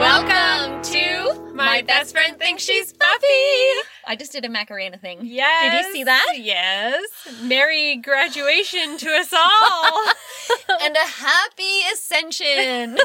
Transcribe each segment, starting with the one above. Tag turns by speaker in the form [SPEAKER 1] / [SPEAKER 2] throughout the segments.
[SPEAKER 1] Welcome to My Best Friend Thinks She's Buffy.
[SPEAKER 2] I just did a Macarena thing.
[SPEAKER 1] Yes.
[SPEAKER 2] Did you see that?
[SPEAKER 1] Yes. Merry graduation to us all.
[SPEAKER 2] And a happy ascension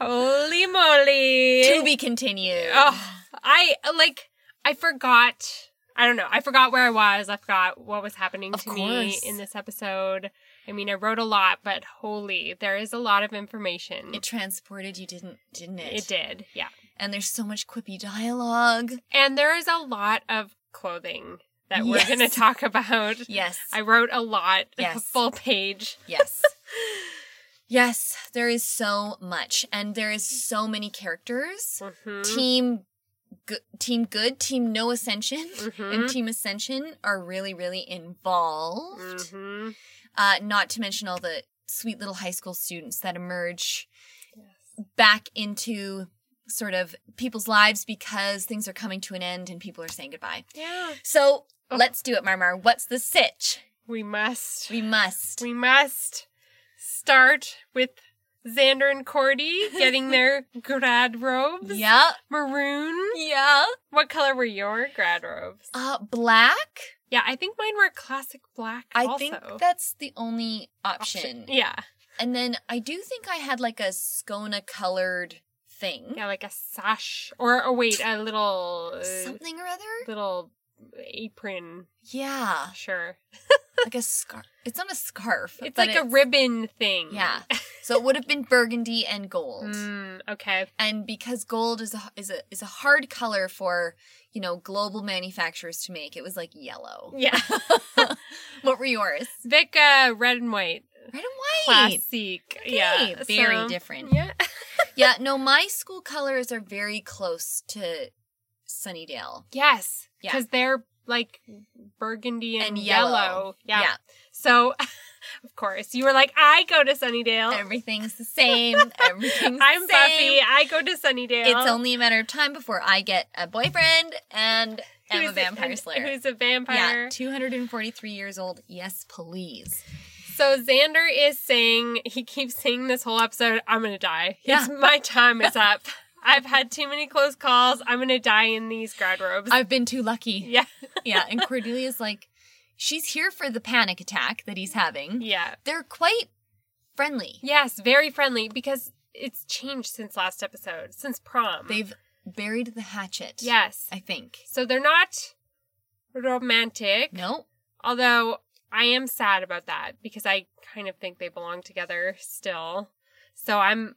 [SPEAKER 1] Holy moly.
[SPEAKER 2] to be continued.
[SPEAKER 1] Oh, I like. I forgot. I don't know. I forgot where I was. I forgot what was happening
[SPEAKER 2] Of
[SPEAKER 1] to me
[SPEAKER 2] course.
[SPEAKER 1] in this episode. I mean, I wrote a lot, but holy, there is a lot of information.
[SPEAKER 2] It transported you, didn't didn't it?
[SPEAKER 1] It did, yeah.
[SPEAKER 2] And there's so much quippy dialogue.
[SPEAKER 1] And there is a lot of clothing that we're
[SPEAKER 2] Yes.
[SPEAKER 1] going to talk about.
[SPEAKER 2] Yes.
[SPEAKER 1] I wrote a lot, a
[SPEAKER 2] Yes.
[SPEAKER 1] full page.
[SPEAKER 2] yes. Yes, there is so much and there is so many characters.
[SPEAKER 1] Mhm.
[SPEAKER 2] Team Go- Team Good, Team No Ascension, and
[SPEAKER 1] Mhm.
[SPEAKER 2] Team Ascension are really, really involved.
[SPEAKER 1] Mhm.
[SPEAKER 2] Uh, not to mention all the sweet little high school students that emerge back into sort of people's lives because things are coming to an end and people are saying goodbye.
[SPEAKER 1] Yeah.
[SPEAKER 2] So
[SPEAKER 1] Oh.
[SPEAKER 2] let's do it, Marmar. What's the sitch?
[SPEAKER 1] We must.
[SPEAKER 2] We must.
[SPEAKER 1] We must start with Xander and Cordy getting their grad robes.
[SPEAKER 2] yeah.
[SPEAKER 1] Maroon.
[SPEAKER 2] Yeah.
[SPEAKER 1] What color were your grad robes?
[SPEAKER 2] Uh, black.
[SPEAKER 1] Yeah, I think mine were classic black.
[SPEAKER 2] I
[SPEAKER 1] also.
[SPEAKER 2] think that's the only option.
[SPEAKER 1] Yeah,
[SPEAKER 2] And then I do think I had like a Skona colored thing.
[SPEAKER 1] yeah, like a sash or oh wait, a little uh,
[SPEAKER 2] Something or other?
[SPEAKER 1] little apron.
[SPEAKER 2] Yeah.
[SPEAKER 1] Sure,
[SPEAKER 2] Like a scarf. It's not a scarf.
[SPEAKER 1] it's
[SPEAKER 2] but
[SPEAKER 1] like a ribbon thing.
[SPEAKER 2] Yeah. So it would have been burgundy and gold.
[SPEAKER 1] Mm, okay.
[SPEAKER 2] and because gold is a, is a is a hard color for you know global manufacturers to make it was like yellow
[SPEAKER 1] Yeah.
[SPEAKER 2] what were yours
[SPEAKER 1] Vic, uh, red and white.
[SPEAKER 2] red and white
[SPEAKER 1] Classic. Yeah.
[SPEAKER 2] Okay, very
[SPEAKER 1] so-
[SPEAKER 2] different
[SPEAKER 1] Yeah.
[SPEAKER 2] yeah no my school colors are very close to sunnydale
[SPEAKER 1] Yes.
[SPEAKER 2] Yeah.
[SPEAKER 1] Because they're like burgundy and,
[SPEAKER 2] And
[SPEAKER 1] yellow.
[SPEAKER 2] yellow.
[SPEAKER 1] Yeah. So, of course, you were like, I go to Sunnydale.
[SPEAKER 2] everything's the same everything's
[SPEAKER 1] Oh.
[SPEAKER 2] the
[SPEAKER 1] I'm Buffy.
[SPEAKER 2] same.
[SPEAKER 1] I go to Sunnydale.
[SPEAKER 2] it's only a matter of time before i get a boyfriend and am
[SPEAKER 1] Who's
[SPEAKER 2] a vampire
[SPEAKER 1] and-
[SPEAKER 2] slayer
[SPEAKER 1] Who's a
[SPEAKER 2] yeah
[SPEAKER 1] vampire.
[SPEAKER 2] 243 years old yes please
[SPEAKER 1] So Xander is saying, he keeps saying this whole episode, I'm going to die.
[SPEAKER 2] Yeah.
[SPEAKER 1] It's my time is up. I've had too many close calls. I'm going to die in these grad robes.
[SPEAKER 2] i've been too lucky
[SPEAKER 1] yeah.
[SPEAKER 2] yeah, and Cordelia's like, she's here for the panic attack that he's having.
[SPEAKER 1] Yeah.
[SPEAKER 2] They're quite friendly.
[SPEAKER 1] Yes, very friendly because it's changed since last episode, since prom.
[SPEAKER 2] They've buried the hatchet.
[SPEAKER 1] yes.
[SPEAKER 2] I think.
[SPEAKER 1] So they're not romantic.
[SPEAKER 2] No.
[SPEAKER 1] Although I am sad about that because I kind of think they belong together still. So I'm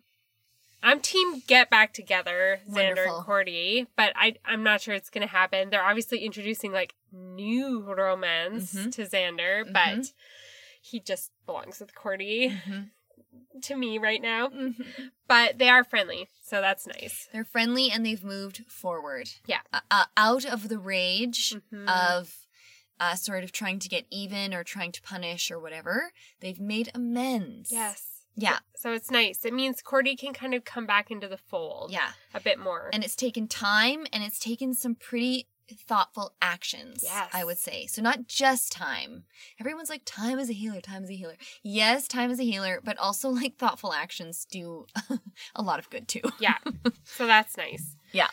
[SPEAKER 1] I'm team get back together, Xander
[SPEAKER 2] Wonderful.
[SPEAKER 1] and Cordy, but I I'm not sure it's gonna happen. They're obviously introducing like new romance
[SPEAKER 2] Mhm.
[SPEAKER 1] to Xander, but
[SPEAKER 2] Mhm.
[SPEAKER 1] he just belongs with Cordy
[SPEAKER 2] Mhm.
[SPEAKER 1] to me right now.
[SPEAKER 2] Mhm.
[SPEAKER 1] But they are friendly, so that's nice.
[SPEAKER 2] They're friendly and they've moved forward.
[SPEAKER 1] Yeah.
[SPEAKER 2] Uh, uh, out of the rage
[SPEAKER 1] Mhm.
[SPEAKER 2] of uh, sort of trying to get even or trying to punish or whatever, they've made amends.
[SPEAKER 1] Yes.
[SPEAKER 2] Yeah.
[SPEAKER 1] So it's nice. It means Cordy can kind of come back into the fold
[SPEAKER 2] Yeah.
[SPEAKER 1] a bit more.
[SPEAKER 2] And it's taken time and it's taken some pretty thoughtful actions,
[SPEAKER 1] Yes.
[SPEAKER 2] I would say. So, not just time. Everyone's like, time is a healer, time is a healer. Yes, time is a healer, but also like thoughtful actions do a lot of good too.
[SPEAKER 1] yeah. So that's nice.
[SPEAKER 2] Yeah.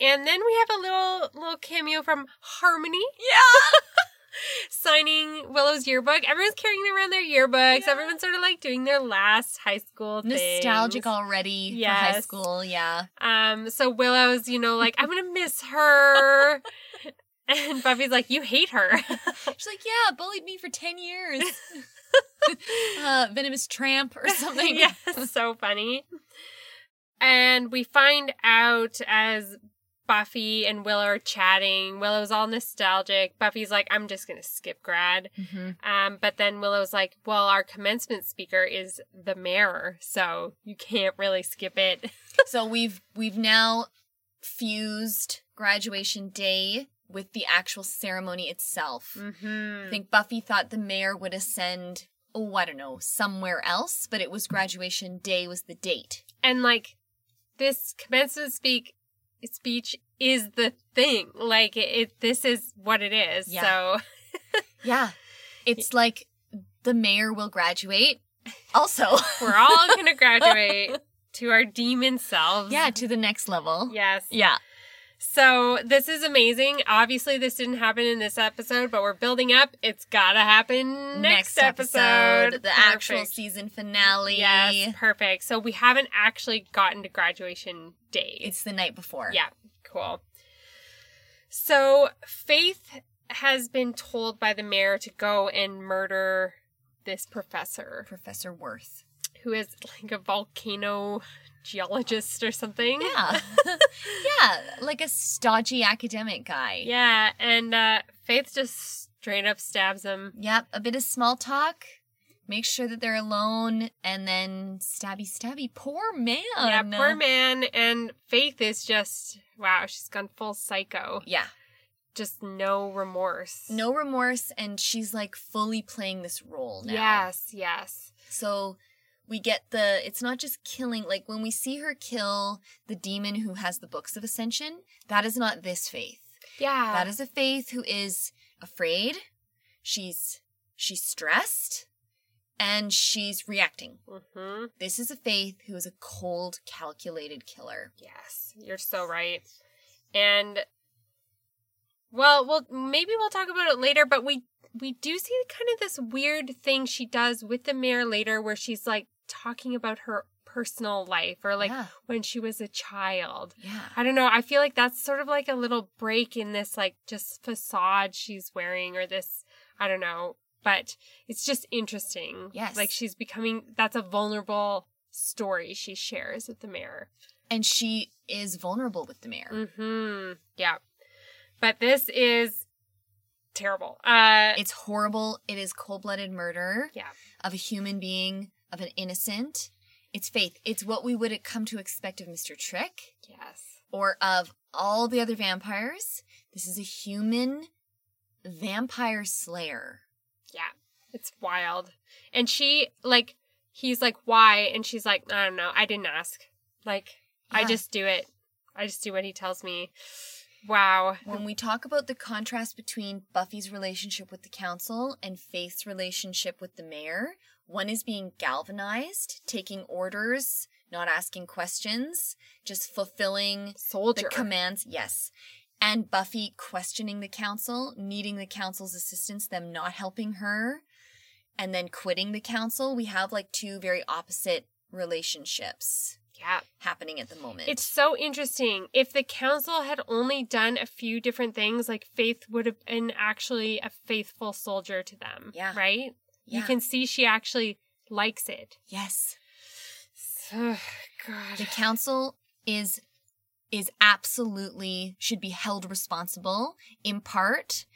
[SPEAKER 1] And then we have a little little cameo from Harmony
[SPEAKER 2] Yeah.
[SPEAKER 1] signing Willow's yearbook. Everyone's carrying around their yearbooks.
[SPEAKER 2] Yeah.
[SPEAKER 1] Everyone's sort of like doing their last high school
[SPEAKER 2] Nostalgic
[SPEAKER 1] things.
[SPEAKER 2] already for high
[SPEAKER 1] Yes.
[SPEAKER 2] school. Yeah.
[SPEAKER 1] Um. So Willow's, you know, like I'm gonna miss her. And Buffy's like, you hate her.
[SPEAKER 2] She's like, yeah, bullied me for 10 years. uh, venomous tramp or something.
[SPEAKER 1] yeah, so funny. And we find out as Buffy and Willow are chatting. Willow's all nostalgic. Buffy's like, I'm just going to skip grad.
[SPEAKER 2] Mhm.
[SPEAKER 1] Um, but then Willow's like, Well, our commencement speaker is the mayor, so you can't really skip it.
[SPEAKER 2] So we've we've now fused graduation day with the actual ceremony itself.
[SPEAKER 1] Mm-hmm.
[SPEAKER 2] I think Buffy thought the mayor would ascend, oh, I don't know, somewhere else, but it was graduation day was the date.
[SPEAKER 1] and like this commencement speak speech is the thing. Like it, it this is what it is.
[SPEAKER 2] Yeah.
[SPEAKER 1] So
[SPEAKER 2] Yeah. It's like the mayor will graduate also.
[SPEAKER 1] we're all gonna graduate to our demon selves.
[SPEAKER 2] yeah, to the next level.
[SPEAKER 1] Yes.
[SPEAKER 2] Yeah.
[SPEAKER 1] So this is amazing. Obviously, this didn't happen in this episode, but we're building up. It's gotta happen next, episode.
[SPEAKER 2] The actual
[SPEAKER 1] Perfect.
[SPEAKER 2] season finale.
[SPEAKER 1] Yes, perfect. So we haven't actually gotten to graduation day.
[SPEAKER 2] It's the night before.
[SPEAKER 1] Yeah, cool. So Faith has been told by the mayor to go and murder this professor,
[SPEAKER 2] Professor Worth.
[SPEAKER 1] who is like a volcano geologist or something.
[SPEAKER 2] Yeah. yeah. Like a stodgy academic guy.
[SPEAKER 1] Yeah, and uh, Faith just straight up stabs him.
[SPEAKER 2] Yep. A bit of small talk. Make sure that they're alone. And then stabby, stabby. Poor man.
[SPEAKER 1] yeah, poor man. And Faith is just, wow, she's gone full psycho.
[SPEAKER 2] Yeah.
[SPEAKER 1] Just no remorse.
[SPEAKER 2] No remorse. And she's like fully playing this role now.
[SPEAKER 1] Yes, yes.
[SPEAKER 2] So we get the it's not just killing like when we see her kill the demon who has the books of ascension that is not this faith
[SPEAKER 1] Yeah.
[SPEAKER 2] that is a faith who is afraid she's she's stressed and she's reacting
[SPEAKER 1] hmm
[SPEAKER 2] this is a faith who is a cold calculated killer
[SPEAKER 1] Yes, you're so right. And well, well, maybe we'll talk about it later. But we we do see kind of this weird thing she does with the mayor later, where she's like talking about her personal life or like
[SPEAKER 2] yeah,
[SPEAKER 1] when she was a child.
[SPEAKER 2] yeah.
[SPEAKER 1] I don't know. I feel like that's sort of like a little break in this like just facade she's wearing or this I don't know, but it's just interesting.
[SPEAKER 2] Yes.
[SPEAKER 1] Like she's becoming that's a vulnerable story she shares with the mayor.
[SPEAKER 2] and she is vulnerable with the mayor
[SPEAKER 1] Mm-hmm. Yeah. But this is terrible. Uh
[SPEAKER 2] it's horrible it is cold-blooded murder
[SPEAKER 1] yeah.
[SPEAKER 2] of a human being, of an innocent. It's faith. It's what we would come to expect of Mr. Trick
[SPEAKER 1] Yes.
[SPEAKER 2] or of all the other vampires. This is a human vampire slayer.
[SPEAKER 1] Yeah. It's wild. And she like he's like, why? And she's like, I don't know, I didn't ask. Like, I
[SPEAKER 2] Yeah.
[SPEAKER 1] just do it. I just do what he tells me. Wow.
[SPEAKER 2] When we talk about the contrast between Buffy's relationship with the council and Faith's relationship with the mayor, one is being galvanized, taking orders, not asking questions, just fulfilling the
[SPEAKER 1] Soldier.
[SPEAKER 2] commands, yes. And Buffy questioning the council, needing the council's assistance, them not helping her, and then quitting the council. We have like two very opposite relationships
[SPEAKER 1] yeah.
[SPEAKER 2] happening at the moment.
[SPEAKER 1] It's so interesting. If the council had only done a few different things, like Faith would have been actually a faithful soldier to them.
[SPEAKER 2] Yeah.
[SPEAKER 1] Right?
[SPEAKER 2] yeah.
[SPEAKER 1] You can see she actually likes it.
[SPEAKER 2] yes.
[SPEAKER 1] Ugh,
[SPEAKER 2] The
[SPEAKER 1] God.
[SPEAKER 2] council is is absolutely should be held responsible in part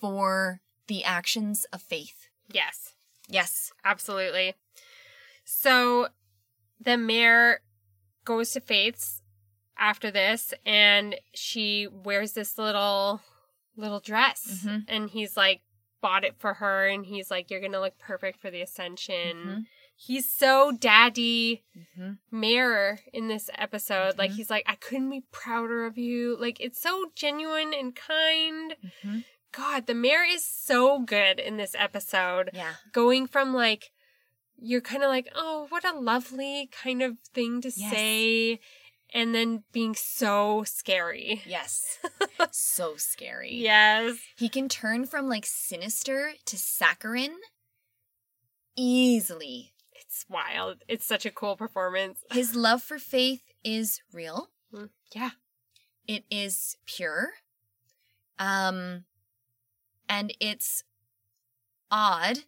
[SPEAKER 2] for the actions of faith.
[SPEAKER 1] Yes,
[SPEAKER 2] Yes.
[SPEAKER 1] absolutely. So the mayor goes to Faith's after this and she wears this little little dress
[SPEAKER 2] Mhm.
[SPEAKER 1] and he's like bought it for her and he's like you're going to look perfect for the ascension.
[SPEAKER 2] Mm-hmm,
[SPEAKER 1] He's so daddy
[SPEAKER 2] hmm
[SPEAKER 1] mayor in this episode. Like
[SPEAKER 2] Mhm.
[SPEAKER 1] he's like I couldn't be prouder of you. Like it's so genuine and kind.
[SPEAKER 2] hmm
[SPEAKER 1] God, the mayor is so good in this episode.
[SPEAKER 2] Yeah.
[SPEAKER 1] Going from like, you're kind of like, oh, what a lovely kind of thing to
[SPEAKER 2] Yes.
[SPEAKER 1] say, and then being so scary.
[SPEAKER 2] Yes. so scary.
[SPEAKER 1] Yes.
[SPEAKER 2] He can turn from like sinister to saccharine easily.
[SPEAKER 1] It's wild. It's such a cool performance.
[SPEAKER 2] His love for faith is real.
[SPEAKER 1] Mm, yeah.
[SPEAKER 2] It is pure. Um and it's odd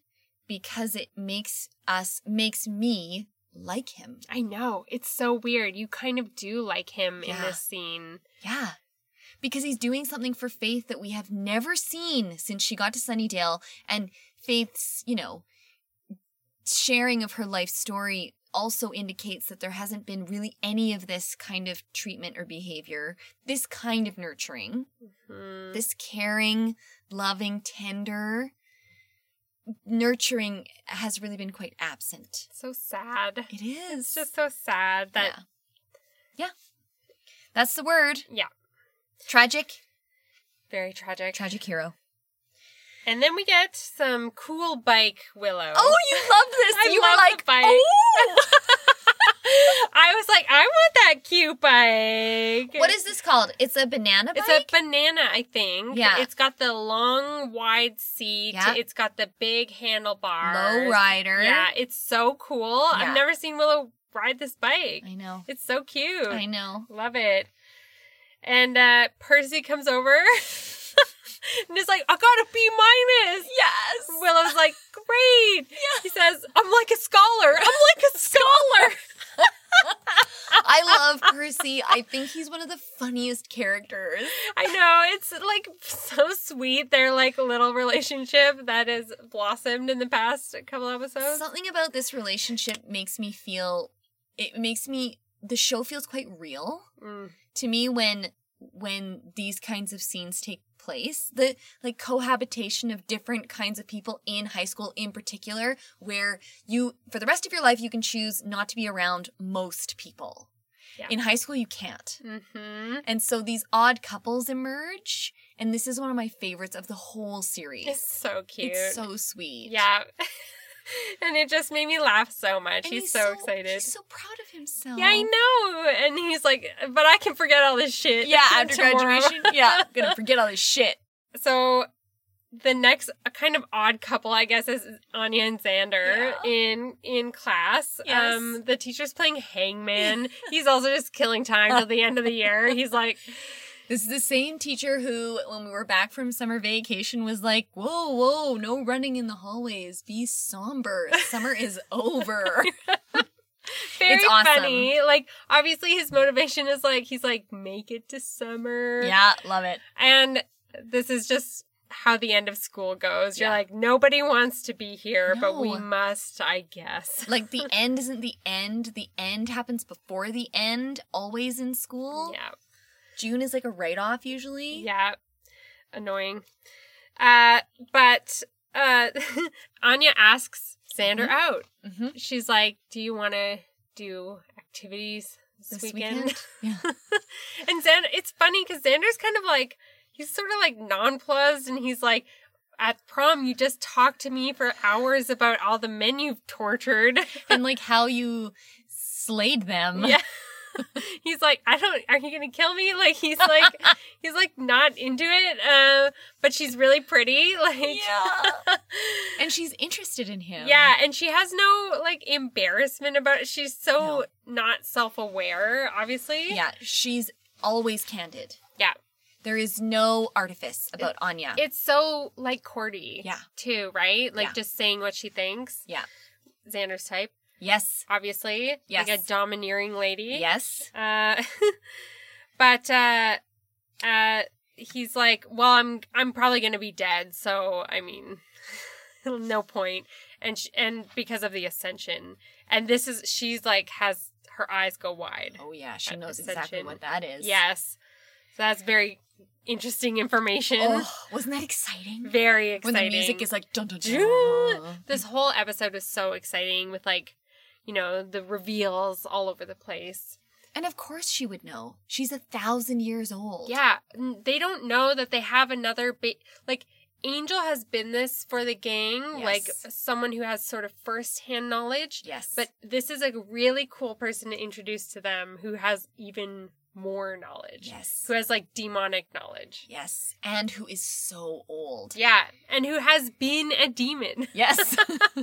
[SPEAKER 2] because it makes us makes me like him.
[SPEAKER 1] I know. It's so weird. You kind of do like him in
[SPEAKER 2] Yeah.
[SPEAKER 1] this scene.
[SPEAKER 2] Yeah. Because he's doing something for Faith that we have never seen since she got to Sunnydale and Faith's, you know, sharing of her life story also indicates that there hasn't been really any of this kind of treatment or behavior, this kind of nurturing,
[SPEAKER 1] Mhm.
[SPEAKER 2] this caring, loving, tender nurturing has really been quite absent.
[SPEAKER 1] so sad.
[SPEAKER 2] It is.
[SPEAKER 1] It's just so sad that
[SPEAKER 2] yeah. yeah. That's the word.
[SPEAKER 1] Yeah.
[SPEAKER 2] Tragic.
[SPEAKER 1] very tragic.
[SPEAKER 2] Tragic hero.
[SPEAKER 1] And then we get some cool bike Willow.
[SPEAKER 2] Oh, you love this.
[SPEAKER 1] I
[SPEAKER 2] you
[SPEAKER 1] love
[SPEAKER 2] were
[SPEAKER 1] the
[SPEAKER 2] like, "Oh."
[SPEAKER 1] bike.
[SPEAKER 2] "Ooh."
[SPEAKER 1] I was like, I want that cute bike.
[SPEAKER 2] what is this called? It's a banana bike.
[SPEAKER 1] It's a banana, I think.
[SPEAKER 2] Yeah.
[SPEAKER 1] It's got the long, wide seat.
[SPEAKER 2] Yeah.
[SPEAKER 1] It's got the big handlebars.
[SPEAKER 2] low rider.
[SPEAKER 1] Yeah, it's so cool.
[SPEAKER 2] Yeah.
[SPEAKER 1] I've never seen Willow ride this bike.
[SPEAKER 2] I know.
[SPEAKER 1] It's so cute.
[SPEAKER 2] I know.
[SPEAKER 1] Love it. And uh, Percy comes over and is like, I got a B minus.
[SPEAKER 2] Yes.
[SPEAKER 1] Willow's like, great.
[SPEAKER 2] Yeah.
[SPEAKER 1] He says, I'm like a scholar. I'm like a scholar.
[SPEAKER 2] I love Percy. I think he's one of the funniest characters.
[SPEAKER 1] I know. It's like so sweet. Their like little relationship that has blossomed in the past couple episodes.
[SPEAKER 2] Something about this relationship makes me feel it makes me the show feels quite real
[SPEAKER 1] Mm.
[SPEAKER 2] to me when when these kinds of scenes take place. The like cohabitation of different kinds of people in high school in particular where you for the rest of your life you can choose not to be around most people.
[SPEAKER 1] Yeah.
[SPEAKER 2] In high school you can't.
[SPEAKER 1] hmm
[SPEAKER 2] And so these odd couples emerge, and this is one of my favorites of the whole series.
[SPEAKER 1] It's so cute.
[SPEAKER 2] It's so sweet.
[SPEAKER 1] yeah. and it just made me laugh so much.
[SPEAKER 2] And
[SPEAKER 1] He's, so, excited.
[SPEAKER 2] He's so proud of himself.
[SPEAKER 1] Yeah, I know. And he's like, but I can forget all this shit.
[SPEAKER 2] Yeah, after
[SPEAKER 1] tomorrow."
[SPEAKER 2] graduation. Yeah, I'm gonna forget all this shit.
[SPEAKER 1] So the next kind of odd couple, I guess, is Anya and Xander
[SPEAKER 2] Yeah.
[SPEAKER 1] in in class.
[SPEAKER 2] Yes.
[SPEAKER 1] Um the teacher's playing hangman. he's also just killing time till the end of the year. He's like,
[SPEAKER 2] This is the same teacher who, when we were back from summer vacation, was like, "Whoa, whoa, no running in the hallways. Be somber. Summer is over."
[SPEAKER 1] very
[SPEAKER 2] It's awesome.
[SPEAKER 1] funny. Like obviously his motivation is like he's like, make it to summer.
[SPEAKER 2] yeah, love it.
[SPEAKER 1] And this is just how the end of school goes. You're
[SPEAKER 2] Yeah.
[SPEAKER 1] like, nobody wants to be here, but we
[SPEAKER 2] No.
[SPEAKER 1] must, I guess.
[SPEAKER 2] Like the end isn't the end. The end happens before the end. Always in school.
[SPEAKER 1] Yeah.
[SPEAKER 2] June is like a write off usually.
[SPEAKER 1] Yeah. Annoying. Uh but uh Anya asks Xander
[SPEAKER 2] Mhm.
[SPEAKER 1] out.
[SPEAKER 2] Mm-hmm.
[SPEAKER 1] She's like, Do you wanna do activities this, weekend?
[SPEAKER 2] Yeah.
[SPEAKER 1] And Xander it's funny because Xander's kind of like he's sort of like nonplussed and he's like at prom you just talked to me for hours about all the men you've tortured.
[SPEAKER 2] and like how you slayed them.
[SPEAKER 1] Yeah. he's like, I don't. Are you gonna kill me? Like he's like, he's like not into it. Uh, but she's really pretty. Like,
[SPEAKER 2] Yeah. And she's interested in him.
[SPEAKER 1] Yeah, and she has no like embarrassment about it. She's so
[SPEAKER 2] No.
[SPEAKER 1] not self aware, obviously.
[SPEAKER 2] Yeah. She's always candid.
[SPEAKER 1] Yeah.
[SPEAKER 2] There is no artifice about Anya.
[SPEAKER 1] It's so like Cordy.
[SPEAKER 2] Yeah.
[SPEAKER 1] Too, right? Like
[SPEAKER 2] Yeah.
[SPEAKER 1] just saying what she thinks.
[SPEAKER 2] Yeah.
[SPEAKER 1] Xander's type,
[SPEAKER 2] yes.
[SPEAKER 1] obviously.
[SPEAKER 2] Yes.
[SPEAKER 1] Like a domineering lady.
[SPEAKER 2] Yes.
[SPEAKER 1] Uh, but uh, uh, he's like, "Well, I'm I'm probably gonna be dead, so I mean, no point." And sh- and because of the ascension, and this is she's like has her eyes go wide.
[SPEAKER 2] Oh yeah, she
[SPEAKER 1] Uh,
[SPEAKER 2] knows exactly
[SPEAKER 1] ascension.
[SPEAKER 2] what that is.
[SPEAKER 1] Yes, so that's very interesting information.
[SPEAKER 2] Oh, wasn't that exciting?
[SPEAKER 1] Very exciting.
[SPEAKER 2] When the music is like dun dun dun.
[SPEAKER 1] June. this whole episode is so exciting with like, you know, the reveals all over the place.
[SPEAKER 2] And of course she would know. She's a thousand years old.
[SPEAKER 1] Yeah, n- they don't know that they have another ba- like Angel has been this for the gang, like
[SPEAKER 2] Yes.
[SPEAKER 1] someone who has sort of first-hand knowledge,
[SPEAKER 2] Yes.
[SPEAKER 1] but this is a really cool person to introduce to them who has even more knowledge.
[SPEAKER 2] yes.
[SPEAKER 1] Who has like demonic knowledge.
[SPEAKER 2] Yes. And who is so old.
[SPEAKER 1] Yeah, and who has been a demon.
[SPEAKER 2] Yes.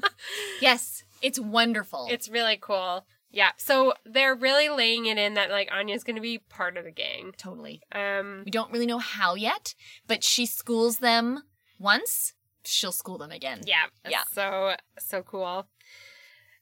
[SPEAKER 2] yes. It's wonderful.
[SPEAKER 1] It's really cool. Yeah. So they're really laying it in that like Anya's going to be part of the gang.
[SPEAKER 2] totally.
[SPEAKER 1] Um
[SPEAKER 2] We don't really know how yet, but she schools them once, she'll school them again.
[SPEAKER 1] Yeah.
[SPEAKER 2] Yeah.
[SPEAKER 1] So so cool.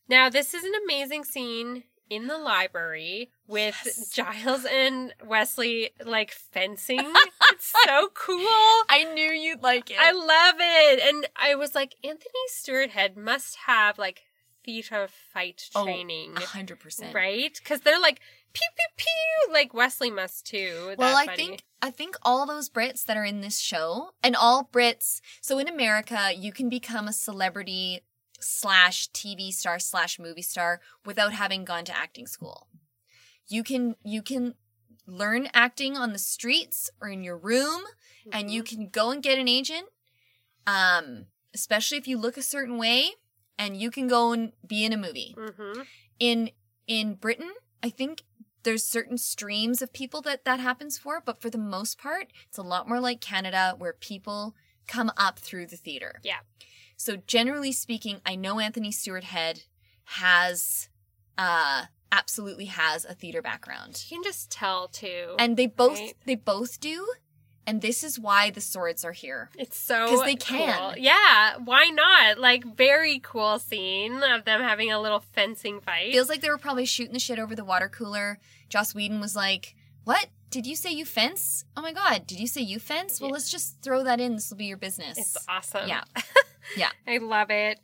[SPEAKER 1] Now this is an amazing scene in the library with
[SPEAKER 2] Yes.
[SPEAKER 1] Giles and Wesley like fencing. it's so cool.
[SPEAKER 2] I knew you'd like it.
[SPEAKER 1] I love it. And I was like, Anthony Stewart Head must have like theater fight
[SPEAKER 2] Oh,
[SPEAKER 1] training,
[SPEAKER 2] A hundred percent.
[SPEAKER 1] right? Because they're like pew pew pew, like Wesley must too. That
[SPEAKER 2] Well, I
[SPEAKER 1] buddy.
[SPEAKER 2] think I think all those Brits that are in this show, and all Brits. So in America, you can become a celebrity slash TV star slash movie star without having gone to acting school. You can you can learn acting on the streets or in your room, and you can go and get an agent. Um, especially if you look a certain way, and you can go and be in a movie
[SPEAKER 1] Mm-hmm.
[SPEAKER 2] in in Britain, I think there's certain streams of people that that happens for, but for the most part, it's a lot more like Canada where people come up through the theater.
[SPEAKER 1] Yeah.
[SPEAKER 2] So generally speaking, I know Anthony Stewart Head has uh absolutely has a theater background.
[SPEAKER 1] You can just tell too,
[SPEAKER 2] And they both
[SPEAKER 1] Right.
[SPEAKER 2] they both do, and this is why the swords are here.
[SPEAKER 1] it's so
[SPEAKER 2] 'Cause they can.
[SPEAKER 1] cool. Yeah, why not? Like very cool scene of them having a little fencing fight.
[SPEAKER 2] Feels like they were probably shooting the shit over the water cooler. Joss Whedon was like, "What? Did you say you fence? Oh my god, did you say you fence? Well,
[SPEAKER 1] Yeah.
[SPEAKER 2] let's just throw that in. This will be your business."
[SPEAKER 1] It's awesome.
[SPEAKER 2] Yeah. Yeah.
[SPEAKER 1] I love it.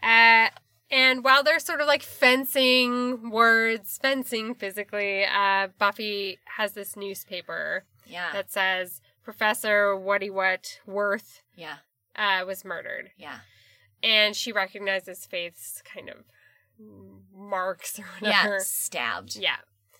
[SPEAKER 1] Uh, and while they're sort of like fencing words, fencing physically, uh, Buffy has this newspaper
[SPEAKER 2] yeah,
[SPEAKER 1] that says Professor Whatty What Worth
[SPEAKER 2] yeah,
[SPEAKER 1] uh, was murdered.
[SPEAKER 2] yeah,
[SPEAKER 1] And she recognizes Faith's kind of marks or
[SPEAKER 2] yeah.
[SPEAKER 1] whatever.
[SPEAKER 2] Stabbed.
[SPEAKER 1] Yeah.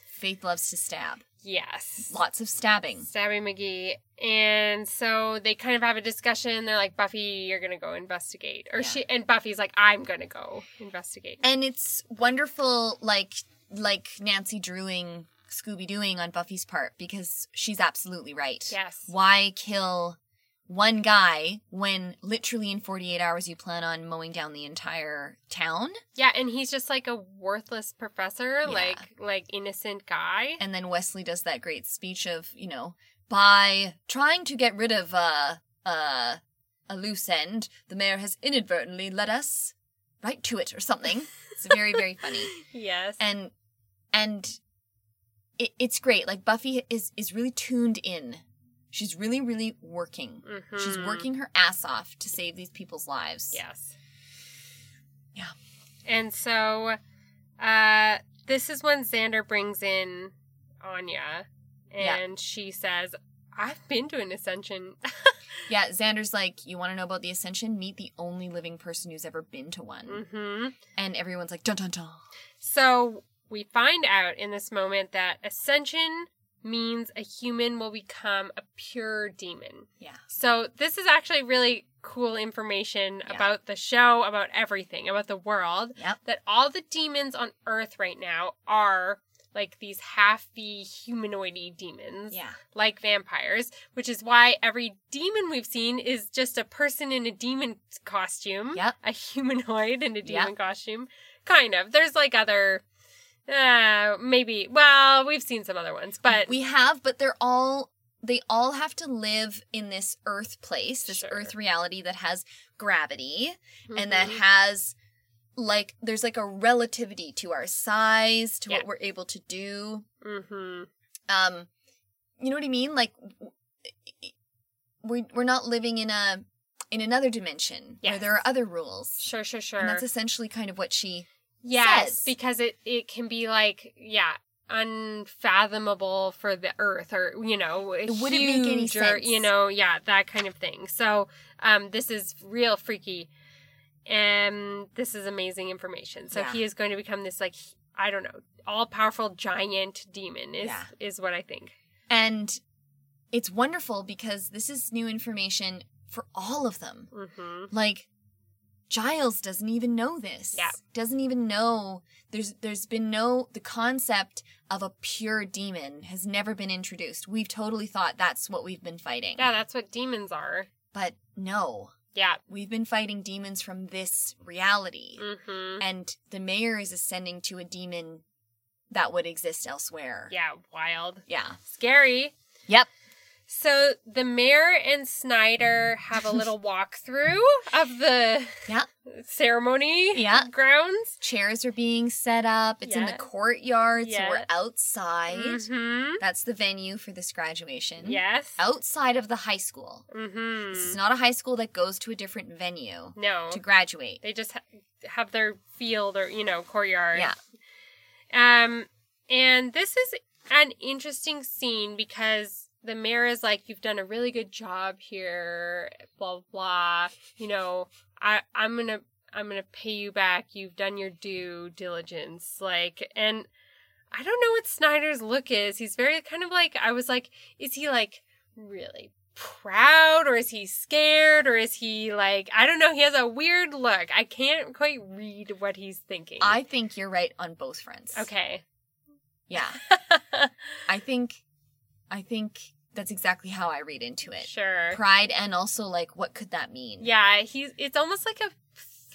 [SPEAKER 2] Faith loves to stab.
[SPEAKER 1] Yes.
[SPEAKER 2] Lots of stabbing.
[SPEAKER 1] Stabby McGee. And so they kind of have a discussion. They're like, Buffy, you're gonna go investigate. Or
[SPEAKER 2] Yeah.
[SPEAKER 1] she and Buffy's like, I'm gonna go investigate.
[SPEAKER 2] And it's wonderful, like like Nancy Drewing Scooby Dooing on Buffy's part because she's absolutely right.
[SPEAKER 1] Yes.
[SPEAKER 2] Why kill one guy when literally in 48 hours you plan on mowing down the entire town?
[SPEAKER 1] Yeah, and he's just like a worthless professor,
[SPEAKER 2] Yeah.
[SPEAKER 1] like like innocent guy.
[SPEAKER 2] And then Wesley does that great speech of, you know, by trying to get rid of uh, uh, a loose end, the mayor has inadvertently led us right to it or something. It's very, very funny.
[SPEAKER 1] Yes.
[SPEAKER 2] And and it, it's great. Like Buffy is is really tuned in. She's really, really working. She's
[SPEAKER 1] Mhm.
[SPEAKER 2] working her ass off to save these people's lives.
[SPEAKER 1] Yes.
[SPEAKER 2] Yeah.
[SPEAKER 1] And so uh this is when Xander brings in Anya
[SPEAKER 2] Yeah.
[SPEAKER 1] and she says, I've been to an ascension.
[SPEAKER 2] Yeah, Xander's like, you want to know about the Ascension? Meet the only living person who's ever been to one.
[SPEAKER 1] mm-hmm.
[SPEAKER 2] And everyone's like, dun dun dun.
[SPEAKER 1] So we find out in this moment that ascension means a human will become a pure demon.
[SPEAKER 2] Yeah.
[SPEAKER 1] So this is actually really cool information
[SPEAKER 2] Yeah.
[SPEAKER 1] about the show, about everything, about the world.
[SPEAKER 2] Yep.
[SPEAKER 1] That all the demons on Earth right now are like these halfy humanoidy demons,
[SPEAKER 2] Yeah.
[SPEAKER 1] like vampires, which is why every demon we've seen is just a person in a demon costume
[SPEAKER 2] Yep.
[SPEAKER 1] a humanoid in a
[SPEAKER 2] Yeah.
[SPEAKER 1] demon costume. Kind of. There's like other uh maybe well, we've seen some other ones, but
[SPEAKER 2] we have, but they're all they all have to live in this earth place, this
[SPEAKER 1] Sure.
[SPEAKER 2] earth reality that has gravity and that
[SPEAKER 1] Mhm.
[SPEAKER 2] has like there's like a relativity to our size, to
[SPEAKER 1] Yeah.
[SPEAKER 2] what we're able to do.
[SPEAKER 1] Mhm.
[SPEAKER 2] Um you know what I mean? Like w- we we're not living in a in another dimension where
[SPEAKER 1] Yes.
[SPEAKER 2] there are other rules.
[SPEAKER 1] Sure, sure, sure.
[SPEAKER 2] And that's essentially kind of what she
[SPEAKER 1] yes,
[SPEAKER 2] says.
[SPEAKER 1] because it it can be like yeah, unfathomable for the earth or you know, it
[SPEAKER 2] wouldn't make any sense.
[SPEAKER 1] you know, yeah, that kind of thing. So, um this is real freaky. And this is amazing information. So
[SPEAKER 2] Yeah.
[SPEAKER 1] he is going to become this like I don't know, all powerful giant demon is
[SPEAKER 2] Yeah.
[SPEAKER 1] is what I think.
[SPEAKER 2] and it's wonderful because this is new information for all of them.
[SPEAKER 1] Mm-hmm.
[SPEAKER 2] Like Giles doesn't even know this.
[SPEAKER 1] Yeah.
[SPEAKER 2] Doesn't even know there's there's been no the concept of a pure demon has never been introduced. We've totally thought that's what we've been fighting.
[SPEAKER 1] Yeah, that's what demons are.
[SPEAKER 2] But no.
[SPEAKER 1] Yeah.
[SPEAKER 2] We've been fighting demons from this reality.
[SPEAKER 1] Mm-hmm.
[SPEAKER 2] And the mayor is ascending to a demon that would exist elsewhere.
[SPEAKER 1] Yeah, wild.
[SPEAKER 2] Yeah.
[SPEAKER 1] Scary.
[SPEAKER 2] Yep.
[SPEAKER 1] So the mayor and Snyder have a little walkthrough of the
[SPEAKER 2] Yeah.
[SPEAKER 1] ceremony
[SPEAKER 2] Yeah.
[SPEAKER 1] grounds.
[SPEAKER 2] Chairs are being set up. It's in the
[SPEAKER 1] Yeah.
[SPEAKER 2] courtyard, so we're
[SPEAKER 1] Yeah.
[SPEAKER 2] outside.
[SPEAKER 1] Mm-hmm.
[SPEAKER 2] That's the venue for this graduation.
[SPEAKER 1] Yes.
[SPEAKER 2] Oh. Outside of the high school. This is
[SPEAKER 1] Mm-hmm.
[SPEAKER 2] not a high school that goes to a different venue
[SPEAKER 1] No,
[SPEAKER 2] to graduate.
[SPEAKER 1] they just ha- have their field or you know courtyard.
[SPEAKER 2] Yeah.
[SPEAKER 1] Um, and this is an interesting scene because the mayor is like, "You've done a really good job here." Blah blah. blah. You know, I I'm gonna I'm gonna pay you back. You've done your due diligence. Like, and I don't know what Snyder's look is. He's very kind of like I was like, is he like really? proud or is he scared or is he like I don't know he has a weird look I can't quite read what he's thinking
[SPEAKER 2] I think you're right on both fronts.
[SPEAKER 1] okay
[SPEAKER 2] Yeah. I think I think that's exactly how I read into it.
[SPEAKER 1] sure.
[SPEAKER 2] Pride and also like what could that mean?
[SPEAKER 1] Yeah, he's. It's almost like a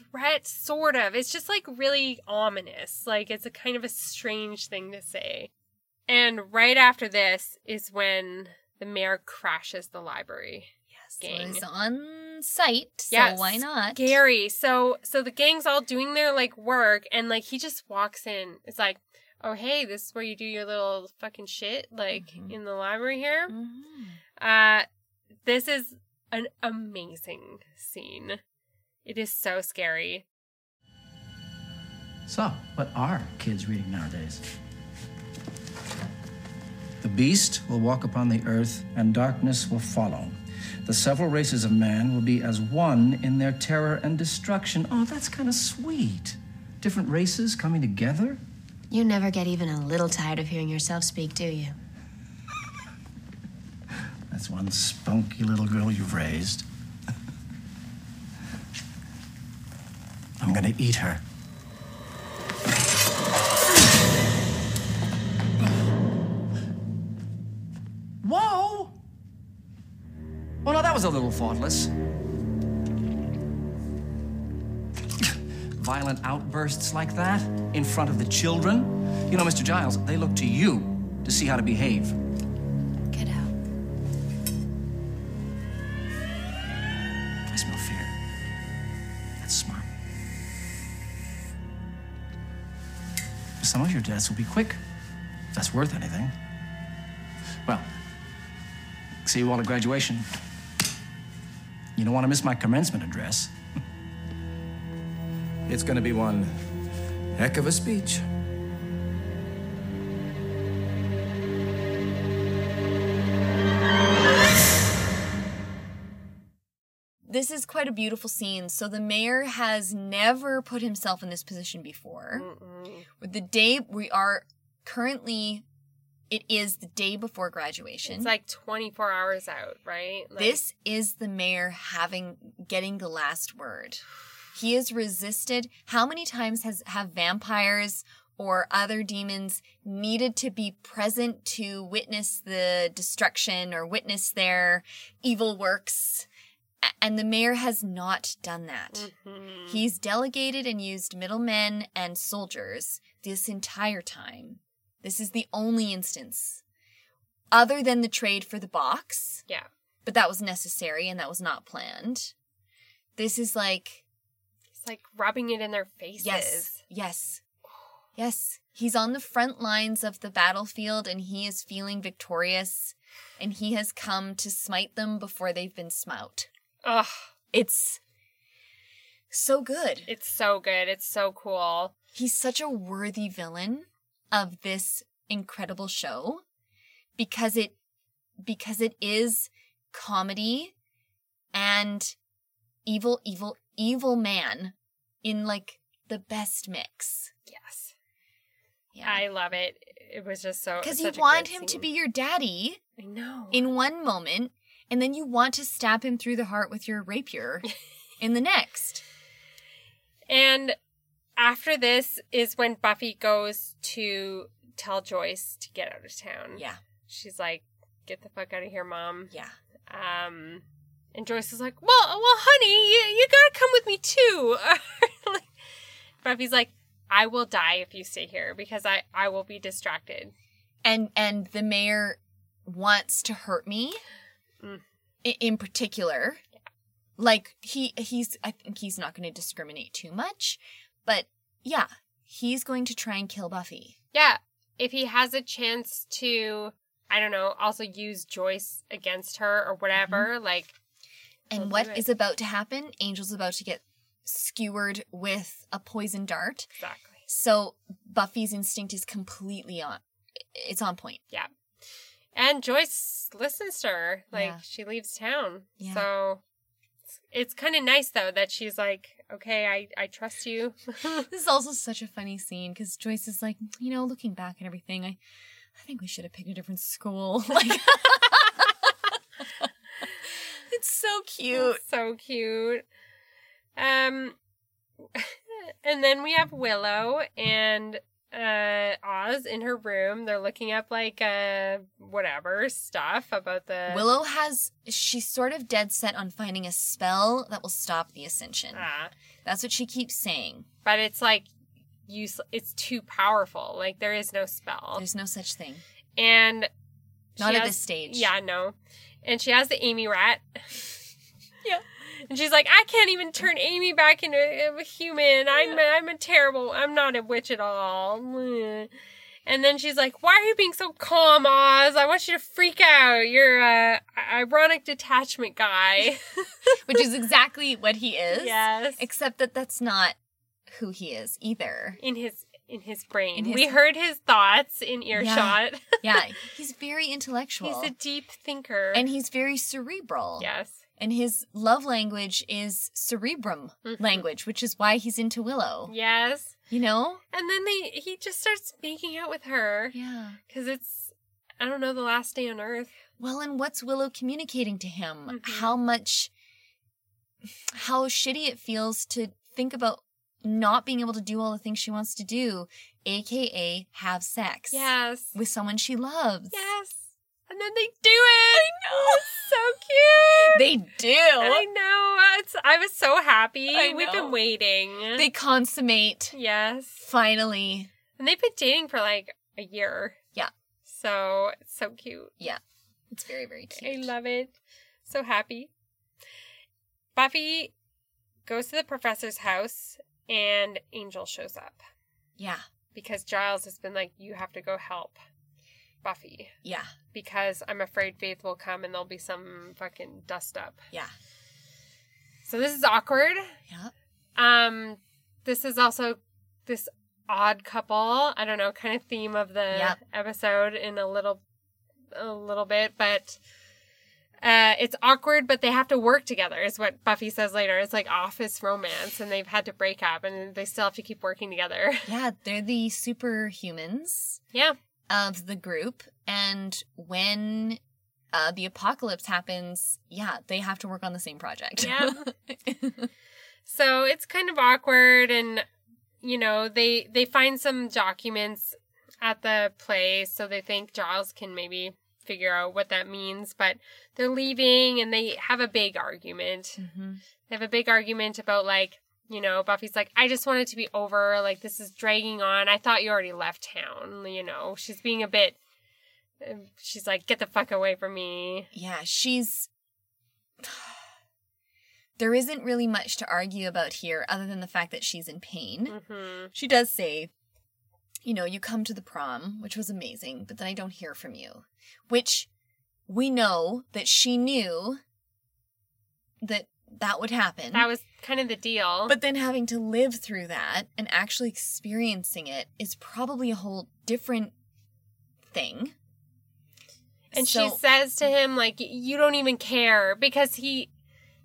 [SPEAKER 1] threat, sort of. It's just like really ominous. Like it's a kind of a strange thing to say. And right after this is when the mayor crashes the library.
[SPEAKER 2] Yes.
[SPEAKER 1] Gang.
[SPEAKER 2] It's on site, so
[SPEAKER 1] Yeah,
[SPEAKER 2] why not?
[SPEAKER 1] Gary. So so the gang's all doing their like work, and like he just walks in. It's like, oh hey, this is where you do your little fucking shit, like
[SPEAKER 2] Mhm.
[SPEAKER 1] in the library here.
[SPEAKER 2] Mhm.
[SPEAKER 1] Uh, this is an amazing scene. It is so scary.
[SPEAKER 3] So, what are kids reading nowadays? The beast will walk upon the earth, and darkness will follow. The several races of man will be as one in their terror and destruction. Oh, that's kind of sweet. Different races coming together?
[SPEAKER 4] You never get even a little tired of hearing yourself speak, do you?
[SPEAKER 3] That's one spunky little girl you've raised. I'm gonna eat her. Whoa! Well, now that was a little thoughtless. Violent outbursts like that in front of the children. You know, Mr. Giles, they look to you to see how to behave.
[SPEAKER 4] Get out.
[SPEAKER 3] I smell fear. That's smart. Some of your deaths will be quick. If that's worth anything. Well, see you all at graduation. You don't want to miss my commencement address.
[SPEAKER 5] It's going to be one heck of a speech.
[SPEAKER 2] This is quite a beautiful scene. So the mayor has never put himself in this position before. With The day we are currently it is the day before graduation.
[SPEAKER 1] It's like 24 hours out, right? Like,
[SPEAKER 2] This is the mayor having getting the last word. He has resisted. How many times has have vampires or other demons needed to be present to witness the destruction or witness their evil works? A- And the mayor has not done that. He's delegated and used middlemen and soldiers this entire time. This is the only instance, other than the trade for the box,
[SPEAKER 1] Yeah.
[SPEAKER 2] but that was necessary and that was not planned. This is like,
[SPEAKER 1] It's like rubbing it in their faces.
[SPEAKER 2] yes, yes, yes. He's on the front lines of the battlefield and he is feeling victorious and he has come to smite them before they've been smote.
[SPEAKER 1] Ugh.
[SPEAKER 2] It's so good.
[SPEAKER 1] It's so good. It's so cool.
[SPEAKER 2] He's such a worthy villain of this incredible show because it because it is comedy and evil evil evil man in like the best mix.
[SPEAKER 1] Yes.
[SPEAKER 2] Yeah.
[SPEAKER 1] I love it. It was just so.
[SPEAKER 2] Cuz you
[SPEAKER 1] such a
[SPEAKER 2] want
[SPEAKER 1] good
[SPEAKER 2] him to
[SPEAKER 1] scene.
[SPEAKER 2] be your daddy
[SPEAKER 1] I know.
[SPEAKER 2] in one moment and then you want to stab him through the heart with your rapier in the next.
[SPEAKER 1] and after this is when Buffy goes to tell Joyce to get out of town.
[SPEAKER 2] Yeah.
[SPEAKER 1] She's like, get the fuck out of here, mom.
[SPEAKER 2] Yeah.
[SPEAKER 1] Um, and Joyce is like, "Well, well, honey, you, you gotta come with me too." Like, Buffy's like, "I will die if you stay here because I I will be distracted."
[SPEAKER 2] And and the mayor wants to hurt me.
[SPEAKER 1] Mm.
[SPEAKER 2] i- in particular like he he's i think he's not going to discriminate too much but yeah he's going to try and kill buffy
[SPEAKER 1] Yeah. If he has a chance to, I don't know, also use Joyce against her or whatever,
[SPEAKER 2] Mm-hmm.
[SPEAKER 1] like,
[SPEAKER 2] and
[SPEAKER 1] We'll
[SPEAKER 2] what
[SPEAKER 1] do
[SPEAKER 2] is
[SPEAKER 1] it.
[SPEAKER 2] about to happen angel's about to get skewered with a poison dart
[SPEAKER 1] exactly.
[SPEAKER 2] so buffy's instinct is completely on it's on point
[SPEAKER 1] Yeah. And Joyce listens to her. Like,
[SPEAKER 2] Yeah.
[SPEAKER 1] she leaves town.
[SPEAKER 2] Yeah.
[SPEAKER 1] So it's, it's kind of nice, though, that she's like, okay, I, I trust you.
[SPEAKER 2] this is also such a funny scene because joyce is like you know looking back and everything i i think we should have picked a different school like it's so cute
[SPEAKER 1] so cute. Um, and then we have Willow and uh Oz in her room. They're looking up like uh whatever stuff about the
[SPEAKER 2] Willow has she's sort of dead set on finding a spell that will stop the ascension.
[SPEAKER 1] Ah.
[SPEAKER 2] That's what she keeps saying.
[SPEAKER 1] but it's like use. It's too powerful. Like there is no spell,
[SPEAKER 2] There's no such thing.
[SPEAKER 1] and
[SPEAKER 2] Not
[SPEAKER 1] she
[SPEAKER 2] at
[SPEAKER 1] has-
[SPEAKER 2] this stage.
[SPEAKER 1] Yeah, no. And she has the Amy rat.
[SPEAKER 2] Yeah.
[SPEAKER 1] And she's like, I can't even turn Amy back into a a human. I'm a, I'm a terrible. I'm not a witch at all. And then she's like, Why are you being so calm, Oz? I want you to freak out. You're a ironic detachment guy.
[SPEAKER 2] Which is exactly what he is.
[SPEAKER 1] Yes.
[SPEAKER 2] Except that that's not who he is either.
[SPEAKER 1] In his in his brain,
[SPEAKER 2] In his-
[SPEAKER 1] we heard his thoughts in earshot.
[SPEAKER 2] Yeah, he's very intellectual.
[SPEAKER 1] he's a deep thinker.
[SPEAKER 2] and he's very cerebral.
[SPEAKER 1] yes,
[SPEAKER 2] And his love language is cerebrum
[SPEAKER 1] Mm-hmm.
[SPEAKER 2] language, which is why he's into Willow.
[SPEAKER 1] yes.
[SPEAKER 2] You know?
[SPEAKER 1] And then they he just starts making out with her.
[SPEAKER 2] Yeah.
[SPEAKER 1] Because it's, I don't know, the last day on Earth.
[SPEAKER 2] Well, and what's Willow communicating to him?
[SPEAKER 1] Mm-hmm.
[SPEAKER 2] How much, how shitty it feels to think about not being able to do all the things she wants to do, aka have sex.
[SPEAKER 1] Yes.
[SPEAKER 2] With someone she loves.
[SPEAKER 1] Yes. And then they do it. I know. so cute.
[SPEAKER 2] They
[SPEAKER 1] I
[SPEAKER 2] do.
[SPEAKER 1] know. It's, I was so happy.
[SPEAKER 2] I
[SPEAKER 1] We've
[SPEAKER 2] know.
[SPEAKER 1] been waiting.
[SPEAKER 2] They consummate.
[SPEAKER 1] yes.
[SPEAKER 2] Finally.
[SPEAKER 1] And they've been dating for like a year.
[SPEAKER 2] Yeah.
[SPEAKER 1] So it's so cute.
[SPEAKER 2] Yeah. It's very, very cute.
[SPEAKER 1] I love it. So happy. Buffy goes to the professor's house and Angel shows up
[SPEAKER 2] Yeah.
[SPEAKER 1] because Giles has been like, you have to go help Buffy.
[SPEAKER 2] Yeah.
[SPEAKER 1] because I'm afraid Faith will come and there'll be some fucking dust up.
[SPEAKER 2] Yeah.
[SPEAKER 1] So this is awkward.
[SPEAKER 2] Yeah.
[SPEAKER 1] Um, this is also this odd couple. I don't know, kind of theme of the
[SPEAKER 2] Yep.
[SPEAKER 1] episode in a little, a little bit, but. Uh, it's awkward, but they have to work together, is what Buffy says later. It's like office romance, and they've had to break up, and they still have to keep working together.
[SPEAKER 2] Yeah. They're the superhumans.
[SPEAKER 1] yeah.
[SPEAKER 2] of the group and when uh, the apocalypse happens yeah they have to work on the same project
[SPEAKER 1] Yeah. so it's kind of awkward and you know, they they find some documents at the place so they think Giles can maybe figure out what that means, but they're leaving and they have a big argument.
[SPEAKER 2] Mhm.
[SPEAKER 1] They have a big argument about like, you know, Buffy's like, I just want it to be over. Like, this is dragging on. I thought you already left town. You know, she's being a bit. uh, She's like, get the fuck away from me.
[SPEAKER 2] yeah she's there isn't really much to argue about here other than the fact that she's in pain
[SPEAKER 1] hmm
[SPEAKER 2] she does say you know you come to the prom which was amazing but then i don't hear from you which we know that she knew that that would happen
[SPEAKER 1] That was kind of the deal.
[SPEAKER 2] Mm. But then having to live through that and actually experiencing it is probably a whole different thing.
[SPEAKER 1] And she
[SPEAKER 2] So-
[SPEAKER 1] says to him, like, you don't even care because he,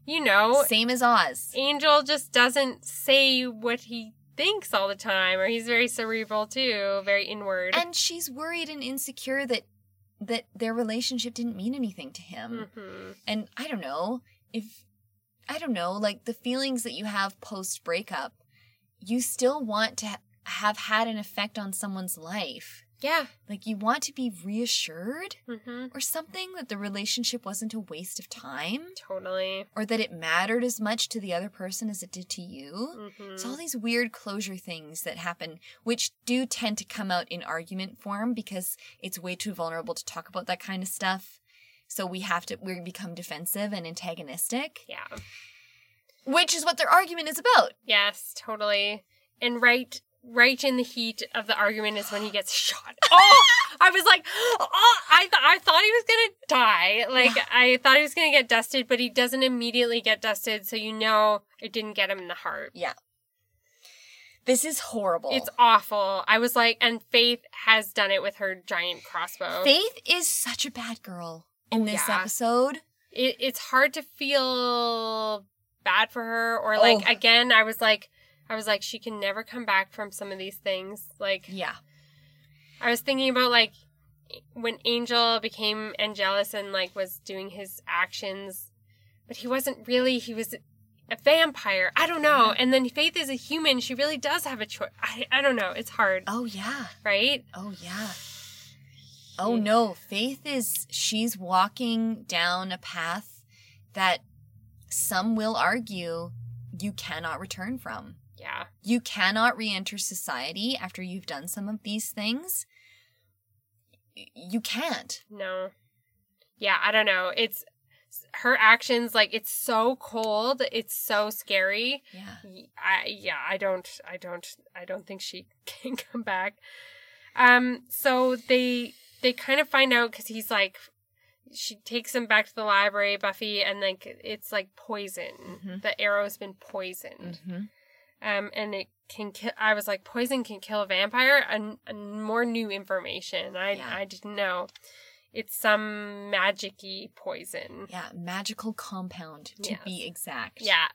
[SPEAKER 1] you know,
[SPEAKER 2] Same as Oz.
[SPEAKER 1] Angel just doesn't say what he thinks all the time, or he's very cerebral too, very inward.
[SPEAKER 2] And she's worried and insecure that that their relationship didn't mean anything to him.
[SPEAKER 1] Mhm.
[SPEAKER 2] And I don't know if I don't know, like the feelings that you have post breakup, you still want to ha- have had an effect on someone's life.
[SPEAKER 1] Yeah.
[SPEAKER 2] Like you want to be reassured
[SPEAKER 1] hmm
[SPEAKER 2] or something that the relationship wasn't a waste of time.
[SPEAKER 1] Totally.
[SPEAKER 2] or that it mattered as much to the other person as it did to you.
[SPEAKER 1] Mhm.
[SPEAKER 2] It's all these weird closure things that happen, which do tend to come out in argument form because it's way too vulnerable to talk about that kind of stuff. So we have to we become defensive and antagonistic,
[SPEAKER 1] Yeah.
[SPEAKER 2] which is what their argument is about.
[SPEAKER 1] Yes, totally. And right right in the heat of the argument is when he gets shot. Oh, I was like, oh, I th- I thought he was going to die. Like I thought he was going to get dusted, but he doesn't immediately get dusted, so you know it didn't get him in the heart.
[SPEAKER 2] Yeah. This is horrible.
[SPEAKER 1] It's awful. I was like, and Faith has done it with her giant crossbow.
[SPEAKER 2] Faith is such a bad girl in this
[SPEAKER 1] Oh, yeah.
[SPEAKER 2] episode.
[SPEAKER 1] it, it's hard to feel bad for her or like
[SPEAKER 2] Oh.
[SPEAKER 1] again i was like i was like she can never come back from some of these things like
[SPEAKER 2] Yeah.
[SPEAKER 1] i was thinking about like when angel became angelus and like was doing his actions but he wasn't really he was a vampire i don't know and then faith is a human she really does have a choice I, I don't know it's hard
[SPEAKER 2] Oh yeah.
[SPEAKER 1] right
[SPEAKER 2] Oh yeah. Oh no, Faith is she's walking down a path that some will argue you cannot return from.
[SPEAKER 1] yeah
[SPEAKER 2] You cannot re-enter society after you've done some of these things. Y- You can't.
[SPEAKER 1] No. Yeah, I don't know. It's her actions like it's so cold, it's so scary.
[SPEAKER 2] Yeah.
[SPEAKER 1] Y- I yeah, I don't I don't I don't think she can come back. Um so they they kind of find out cuz he's like she takes him back to the library, Buffy, and like it's like poison. The arrow's been poisoned. Um and it can kill I was like poison can kill a vampire and, and more new information. I
[SPEAKER 2] Yeah.
[SPEAKER 1] I didn't know. It's some magic-y poison.
[SPEAKER 2] Yeah, magical compound to
[SPEAKER 1] Yes.
[SPEAKER 2] be exact.
[SPEAKER 1] Yeah.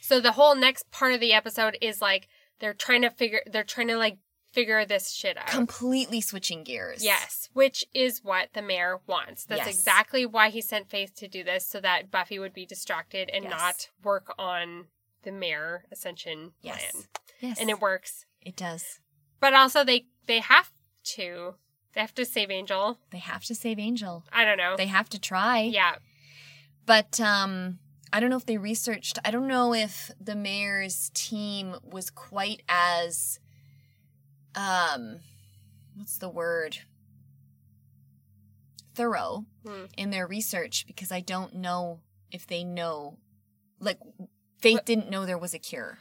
[SPEAKER 1] So the whole next part of the episode is like they're trying to figure they're trying to like figure this shit out.
[SPEAKER 2] Completely switching gears.
[SPEAKER 1] yes, which is what the mayor wants. That's
[SPEAKER 2] Yes.
[SPEAKER 1] exactly why he sent Faith to do this so that Buffy would be distracted and
[SPEAKER 2] Yes.
[SPEAKER 1] not work on the mayor ascension
[SPEAKER 2] Yes.
[SPEAKER 1] plan.
[SPEAKER 2] Yes.
[SPEAKER 1] And it works.
[SPEAKER 2] it does.
[SPEAKER 1] But also they they have to they have to save Angel.
[SPEAKER 2] They have to save Angel.
[SPEAKER 1] I don't know.
[SPEAKER 2] They have to try.
[SPEAKER 1] yeah.
[SPEAKER 2] But um I don't know if they researched. I don't know if the mayor's team was quite as um what's the word? thorough
[SPEAKER 1] Hmm.
[SPEAKER 2] in their research because I don't know if they know like they didn't know there was a cure.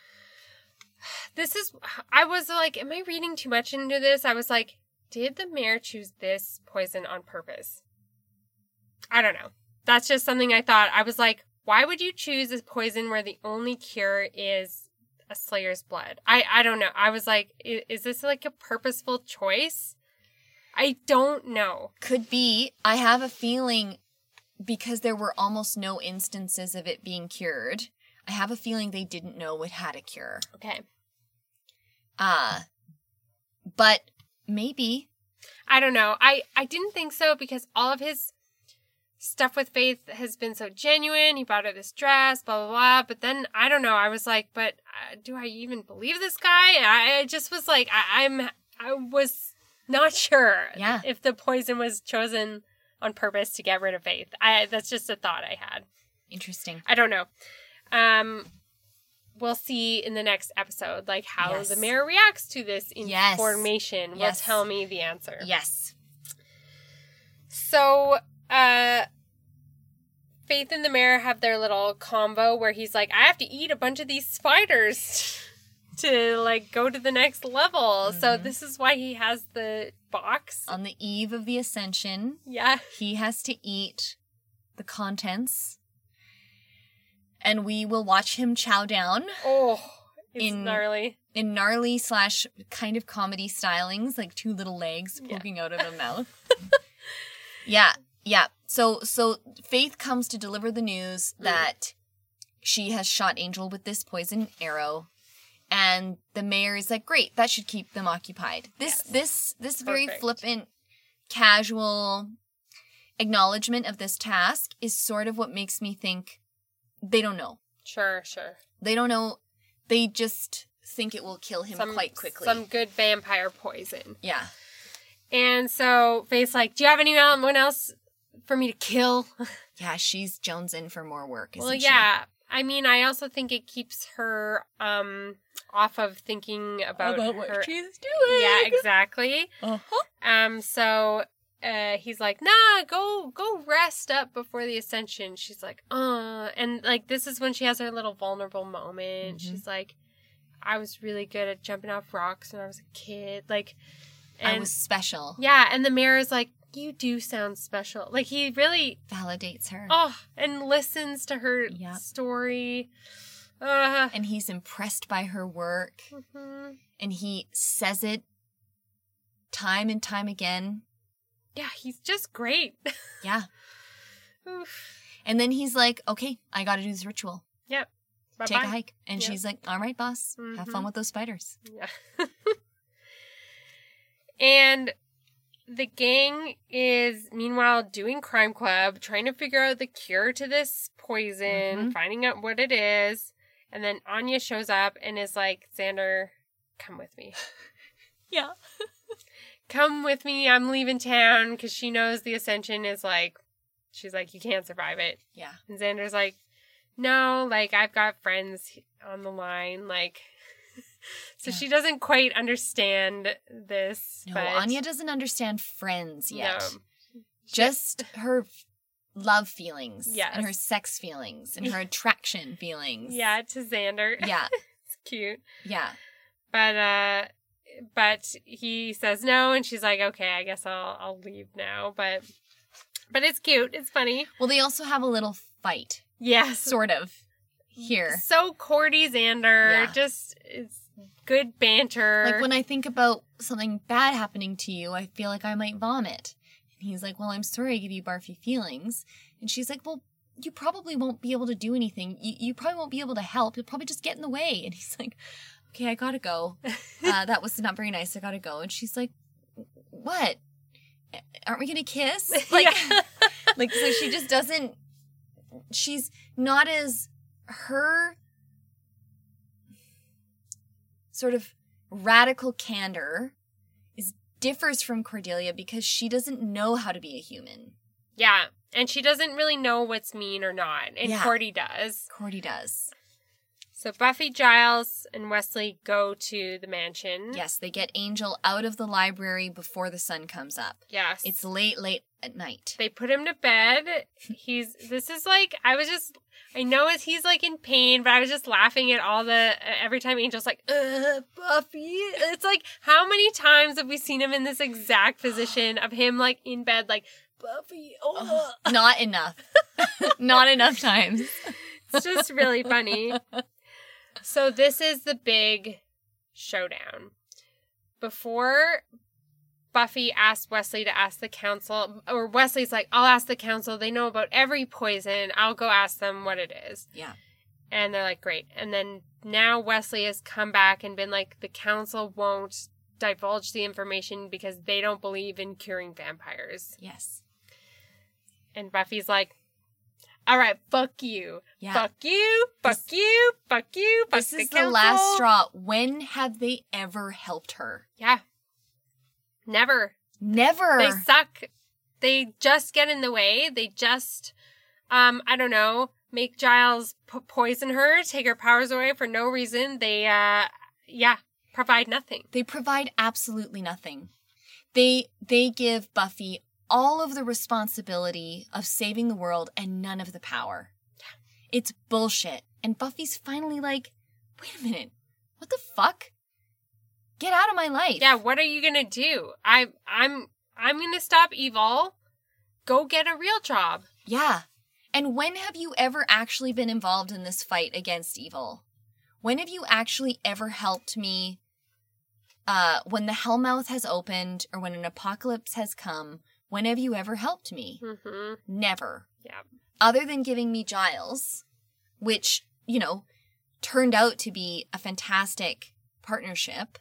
[SPEAKER 1] this is i was like am i reading too much into this i was like did the mayor choose this poison on purpose i don't know that's just something i thought i was like why would you choose a poison where the only cure is a slayer's blood i i don't know i was like i- is this like a purposeful choice i don't know
[SPEAKER 2] Could be. I have a feeling because there were almost no instances of it being cured. I have a feeling they didn't know it had a cure.
[SPEAKER 1] okay
[SPEAKER 2] Uh but maybe
[SPEAKER 1] I don't know. I I didn't think so because all of his stuff with Faith has been so genuine. He bought her this dress, blah blah blah. But then I don't know. I was like, but uh, do I even believe this guy? I, I just was like, I, I'm I was not sure.
[SPEAKER 2] Yeah.
[SPEAKER 1] If the poison was chosen on purpose to get rid of Faith, I that's just a thought I had.
[SPEAKER 2] interesting.
[SPEAKER 1] I don't know. Um. We'll see in the next episode, like how
[SPEAKER 2] Yes.
[SPEAKER 1] the mayor reacts to this
[SPEAKER 2] Yes.
[SPEAKER 1] information. Will
[SPEAKER 2] Yes.
[SPEAKER 1] tell me the answer.
[SPEAKER 2] Yes.
[SPEAKER 1] So, uh, Faith and the mayor have their little combo where he's like, I have to eat a bunch of these spiders to like go to the next level. So this is why he has the box.
[SPEAKER 2] On the eve of the ascension,
[SPEAKER 1] yeah.
[SPEAKER 2] he has to eat the contents. And we will watch him chow down
[SPEAKER 1] Oh, it's
[SPEAKER 2] In-
[SPEAKER 1] gnarly.
[SPEAKER 2] in gnarly slash kind of comedy stylings, like two little legs poking out of a mouth. yeah, yeah. So so Faith comes to deliver the news that she has shot Angel with this poison arrow. And the mayor is like, Great, that should keep them occupied. This this this very
[SPEAKER 1] Perfect.
[SPEAKER 2] flippant, casual acknowledgement of this task is sort of what makes me think they don't know.
[SPEAKER 1] Sure, sure.
[SPEAKER 2] They don't know. They just think it will kill him quite quickly.
[SPEAKER 1] Some good vampire poison.
[SPEAKER 2] yeah.
[SPEAKER 1] And so Faith's like, Do you have anyone else for me to kill?
[SPEAKER 2] Yeah, she's Jones in for more work. Isn't
[SPEAKER 1] well
[SPEAKER 2] she?
[SPEAKER 1] yeah i mean i also think it keeps her um off of thinking about, her
[SPEAKER 2] she's doing.
[SPEAKER 1] yeah exactly
[SPEAKER 2] Uh-huh.
[SPEAKER 1] um so uh, he's like, "Nah, go go rest up before the ascension." She's like, "Uh," and like this is when she has her little vulnerable
[SPEAKER 2] Mm-hmm.
[SPEAKER 1] moment. She's like, "I was really good at jumping off rocks when I was a kid." Like, and
[SPEAKER 2] I was special.
[SPEAKER 1] yeah, and the mayor is like, "You do sound special." Like he really
[SPEAKER 2] Validates her.
[SPEAKER 1] oh and listens to her
[SPEAKER 2] Yep.
[SPEAKER 1] story. Uh,
[SPEAKER 2] And he's impressed by her work.
[SPEAKER 1] mhm.
[SPEAKER 2] And he says it time and time again.
[SPEAKER 1] Yeah, he's just great.
[SPEAKER 2] Yeah.
[SPEAKER 1] Oof.
[SPEAKER 2] And then he's like, okay, I got to do this ritual.
[SPEAKER 1] Yep. Bye
[SPEAKER 2] Take a hike. And
[SPEAKER 1] Yeah. Mm-hmm.
[SPEAKER 2] she's like, all right, boss, have fun with those spiders.
[SPEAKER 1] Yeah. and the gang is meanwhile doing crime club, trying to figure out the cure to this poison, finding out what it is, and then Anya shows up and is like, "Xander, come with me.
[SPEAKER 2] Yeah.
[SPEAKER 1] Come with me. I'm leaving town because she knows the ascension is like, she's like, you can't survive it."
[SPEAKER 2] Yeah.
[SPEAKER 1] And Xander's like, no, like I've got friends on the line, like. So she doesn't quite understand this.
[SPEAKER 2] No,
[SPEAKER 1] but
[SPEAKER 2] Anya doesn't understand friends yet.
[SPEAKER 1] No.
[SPEAKER 2] Just her f- love feelings
[SPEAKER 1] Yes.
[SPEAKER 2] and her sex feelings and her attraction feelings.
[SPEAKER 1] Yeah, to Xander.
[SPEAKER 2] Yeah.
[SPEAKER 1] it's cute.
[SPEAKER 2] Yeah.
[SPEAKER 1] But uh but he says no and she's like, Okay, I guess I'll I'll leave now. But but it's cute, it's funny.
[SPEAKER 2] Well, they also have a little fight,
[SPEAKER 1] Yes.
[SPEAKER 2] sort of, here.
[SPEAKER 1] So Cordy Xander,
[SPEAKER 2] Yeah.
[SPEAKER 1] just it's good banter.
[SPEAKER 2] Like when I think about something bad happening to you, I feel like I might vomit. And he's like, Well, I'm sorry I give you barfy feelings. And she's like, Well, you probably won't be able to do anything. You, you probably won't be able to help. You'll probably just get in the way. And he's like, Okay, I gotta go. Uh, that was not very nice. I gotta go. And she's like, What? Aren't we gonna kiss? Like, like so she just doesn't. She's not as her sort of radical candor is differs from Cordelia because she doesn't know how to be a human.
[SPEAKER 1] Yeah. And she doesn't really know what's mean or not. And
[SPEAKER 2] Yeah.
[SPEAKER 1] Cordy does.
[SPEAKER 2] Cordy does.
[SPEAKER 1] So Buffy, Giles, and Wesley go to the mansion.
[SPEAKER 2] Yes, they get Angel out of the library before the sun comes up.
[SPEAKER 1] Yes.
[SPEAKER 2] It's late, late at night.
[SPEAKER 1] they put him to bed. He's this is like I was just I know it's he's like in pain, but I was just laughing at all the every time Angel's like, uh, Buffy. It's like how many times have we seen him in this exact position of him like in bed like Buffy. Oh.
[SPEAKER 2] Not enough. Not enough times.
[SPEAKER 1] It's just really funny. So this is the big showdown. Before Buffy asks Wesley to ask the council, or Wesley's like, I'll ask the council. They know about every poison. I'll go ask them what it is.
[SPEAKER 2] Yeah.
[SPEAKER 1] And they're like, great. And then now Wesley has come back and been like, the council won't divulge the information because they don't believe in curing vampires.
[SPEAKER 2] Yes.
[SPEAKER 1] And Buffy's like, all right, fuck you.
[SPEAKER 2] Yeah.
[SPEAKER 1] Fuck you. Fuck you. Fuck you. Fuck
[SPEAKER 2] This is the
[SPEAKER 1] council."
[SPEAKER 2] last straw. When have they ever helped her?
[SPEAKER 1] Yeah. Never.
[SPEAKER 2] Never.
[SPEAKER 1] They suck. They just get in the way. They just, um, I don't know, make Giles p- poison her, take her powers away for no reason. They, uh, yeah, provide nothing.
[SPEAKER 2] They provide absolutely nothing. They they give Buffy all of the responsibility of saving the world and none of the power. It's bullshit. And Buffy's finally like, "Wait a minute. What the fuck? Get out of my life."
[SPEAKER 1] Yeah, what are you gonna do? I, I'm, I'm gonna stop evil. Go get a real job.
[SPEAKER 2] Yeah. And when have you ever actually been involved in this fight against evil? When have you actually ever helped me uh when the hellmouth has opened or when an apocalypse has come? When have you ever helped me?
[SPEAKER 1] Mm-hmm.
[SPEAKER 2] Never.
[SPEAKER 1] Yeah.
[SPEAKER 2] Other than giving me Giles, which, you know, turned out to be a fantastic partnership.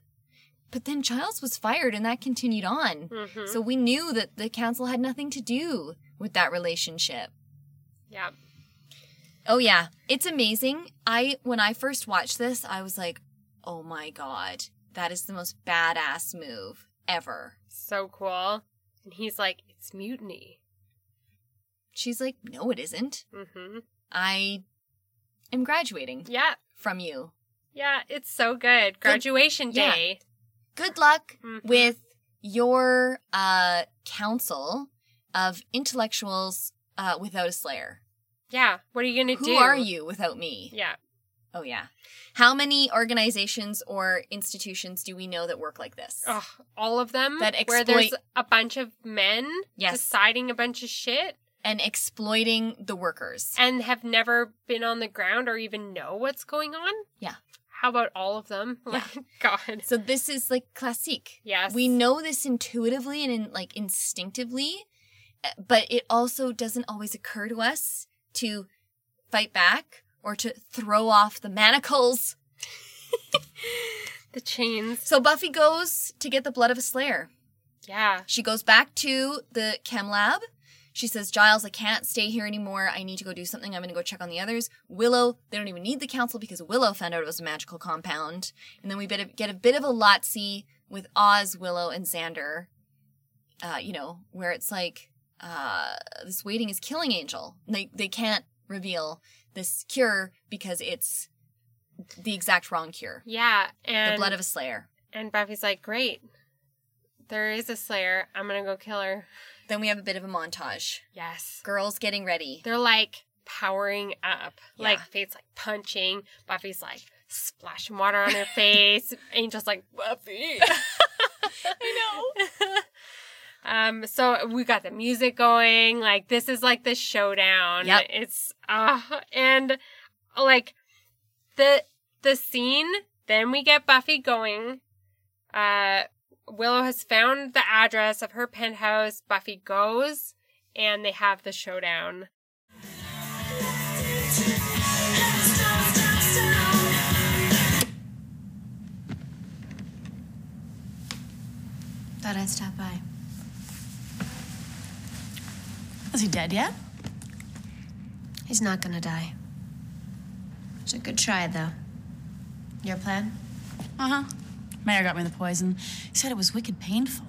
[SPEAKER 2] But then Giles was fired and that continued on.
[SPEAKER 1] Mhm.
[SPEAKER 2] So we knew that the council had nothing to do with that relationship.
[SPEAKER 1] Yeah.
[SPEAKER 2] Oh yeah, it's amazing. I when I first watched this, I was like, "Oh my god, that is the most badass move ever."
[SPEAKER 1] So cool. And he's like, it's mutiny.
[SPEAKER 2] She's like, "No, it isn't.
[SPEAKER 1] Mm-hmm.
[SPEAKER 2] I am graduating
[SPEAKER 1] Yeah.
[SPEAKER 2] from you.
[SPEAKER 1] Yeah. It's so good. Graduation
[SPEAKER 2] yeah.
[SPEAKER 1] day.
[SPEAKER 2] Good luck
[SPEAKER 1] Mhm.
[SPEAKER 2] with your uh, council of intellectuals uh, without a slayer.
[SPEAKER 1] Yeah. What are you going to
[SPEAKER 2] Who
[SPEAKER 1] do?
[SPEAKER 2] are you without me?
[SPEAKER 1] Yeah.
[SPEAKER 2] Oh, yeah. How many organizations or institutions do we know that work like this?
[SPEAKER 1] Ugh, all of them
[SPEAKER 2] That
[SPEAKER 1] where there's
[SPEAKER 2] exploit-
[SPEAKER 1] a bunch of men
[SPEAKER 2] Yes.
[SPEAKER 1] deciding a bunch of shit
[SPEAKER 2] And exploiting the workers.
[SPEAKER 1] and have never been on the ground or even know what's going on.
[SPEAKER 2] Yeah.
[SPEAKER 1] How about all of them?
[SPEAKER 2] Yeah.
[SPEAKER 1] Like, God.
[SPEAKER 2] So this is like classique.
[SPEAKER 1] Yes.
[SPEAKER 2] We know this intuitively and in, like instinctively, uh, but it also doesn't always occur to us to fight back or to throw off the manacles.
[SPEAKER 1] The chains.
[SPEAKER 2] So Buffy goes to get the blood of a slayer.
[SPEAKER 1] Yeah.
[SPEAKER 2] She goes back to the chem lab. She says, Giles, I can't stay here anymore. I need to go do something. I'm going to go check on the others. Willow, they don't even need the council because Willow found out it was a magical compound. And then we bit- get a bit of a Lotse with Oz, Willow, and Xander, uh, you know, where it's like, uh, this waiting is killing Angel. They, they can't reveal this cure because it's the exact wrong cure
[SPEAKER 1] Yeah. And
[SPEAKER 2] the blood of a slayer.
[SPEAKER 1] and Buffy's like, "Great. There is a slayer. I'm going to go kill her."
[SPEAKER 2] Then we have a bit of a montage.
[SPEAKER 1] Yes.
[SPEAKER 2] Girls getting ready.
[SPEAKER 1] They're like powering up.
[SPEAKER 2] Yeah.
[SPEAKER 1] Like Fate's like punching. Buffy's like splashing water on her face. Angel's like Buffy. I know. um. So we got the music going. Like this is like the showdown.
[SPEAKER 2] Yep.
[SPEAKER 1] It's uh and like the the scene. Then we get Buffy going. Uh. Willow has found the address of her penthouse. Buffy goes and they have the showdown.
[SPEAKER 4] Thought I'd stop by.
[SPEAKER 6] Is he dead yet?
[SPEAKER 4] He's not gonna die. It's a good try, though. Your plan?
[SPEAKER 6] Uh huh. Mayor got me the poison. He said it was wicked painful.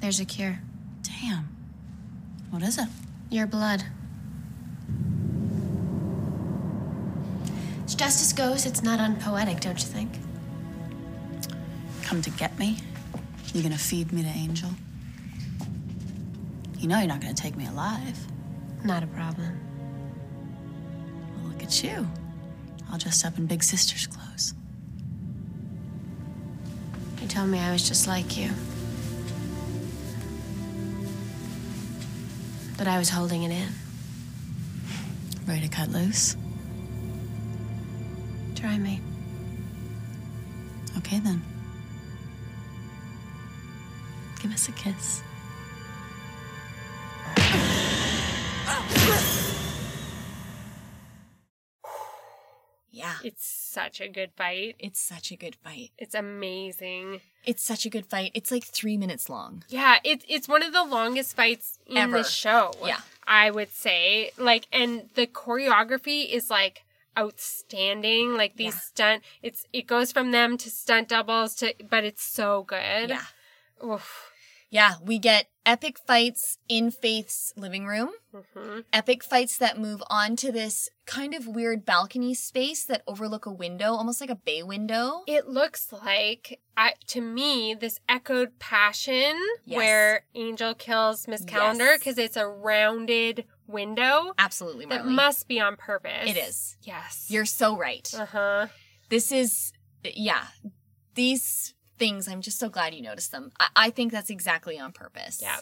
[SPEAKER 4] There's a cure.
[SPEAKER 6] Damn. What is it?
[SPEAKER 4] Your blood. As justice goes, it's not unpoetic, don't you think?
[SPEAKER 6] Come to get me? You gonna feed me to Angel? You know you're not gonna take me alive.
[SPEAKER 4] Not a problem.
[SPEAKER 6] Well, look at you. All dressed up in big sister's clothes.
[SPEAKER 4] You told me I was just like you. But I was holding it in.
[SPEAKER 6] Ready to cut loose?
[SPEAKER 4] Try me.
[SPEAKER 6] Okay then. Give us a kiss.
[SPEAKER 2] Yeah.
[SPEAKER 1] It's such a good fight.
[SPEAKER 2] It's such a good fight.
[SPEAKER 1] It's amazing.
[SPEAKER 2] It's such a good fight. It's like three minutes long.
[SPEAKER 1] Yeah, it's it's one of the longest fights in
[SPEAKER 2] Ever.
[SPEAKER 1] the show.
[SPEAKER 2] Yeah.
[SPEAKER 1] I would say like, and the choreography is like outstanding. Like these
[SPEAKER 2] Yeah.
[SPEAKER 1] stunt, it's it goes from them to stunt doubles to, but it's so good. Oof.
[SPEAKER 2] Yeah. We get epic fights in Faith's living room,
[SPEAKER 1] Mhm.
[SPEAKER 2] epic fights that move on to this kind of weird balcony space that overlook a window, almost like a bay window.
[SPEAKER 1] It looks like, I, to me, this echoed passion
[SPEAKER 2] Yes.
[SPEAKER 1] where Angel kills Miss
[SPEAKER 2] Yes.
[SPEAKER 1] Calendar because it's a rounded window
[SPEAKER 2] Absolutely,
[SPEAKER 1] that
[SPEAKER 2] Marley.
[SPEAKER 1] must be on purpose.
[SPEAKER 2] It is.
[SPEAKER 1] Yes.
[SPEAKER 2] You're so right.
[SPEAKER 1] Uh huh.
[SPEAKER 2] This is, yeah. These things, I'm just so glad you noticed them. I, I think that's exactly on purpose.
[SPEAKER 1] Yeah.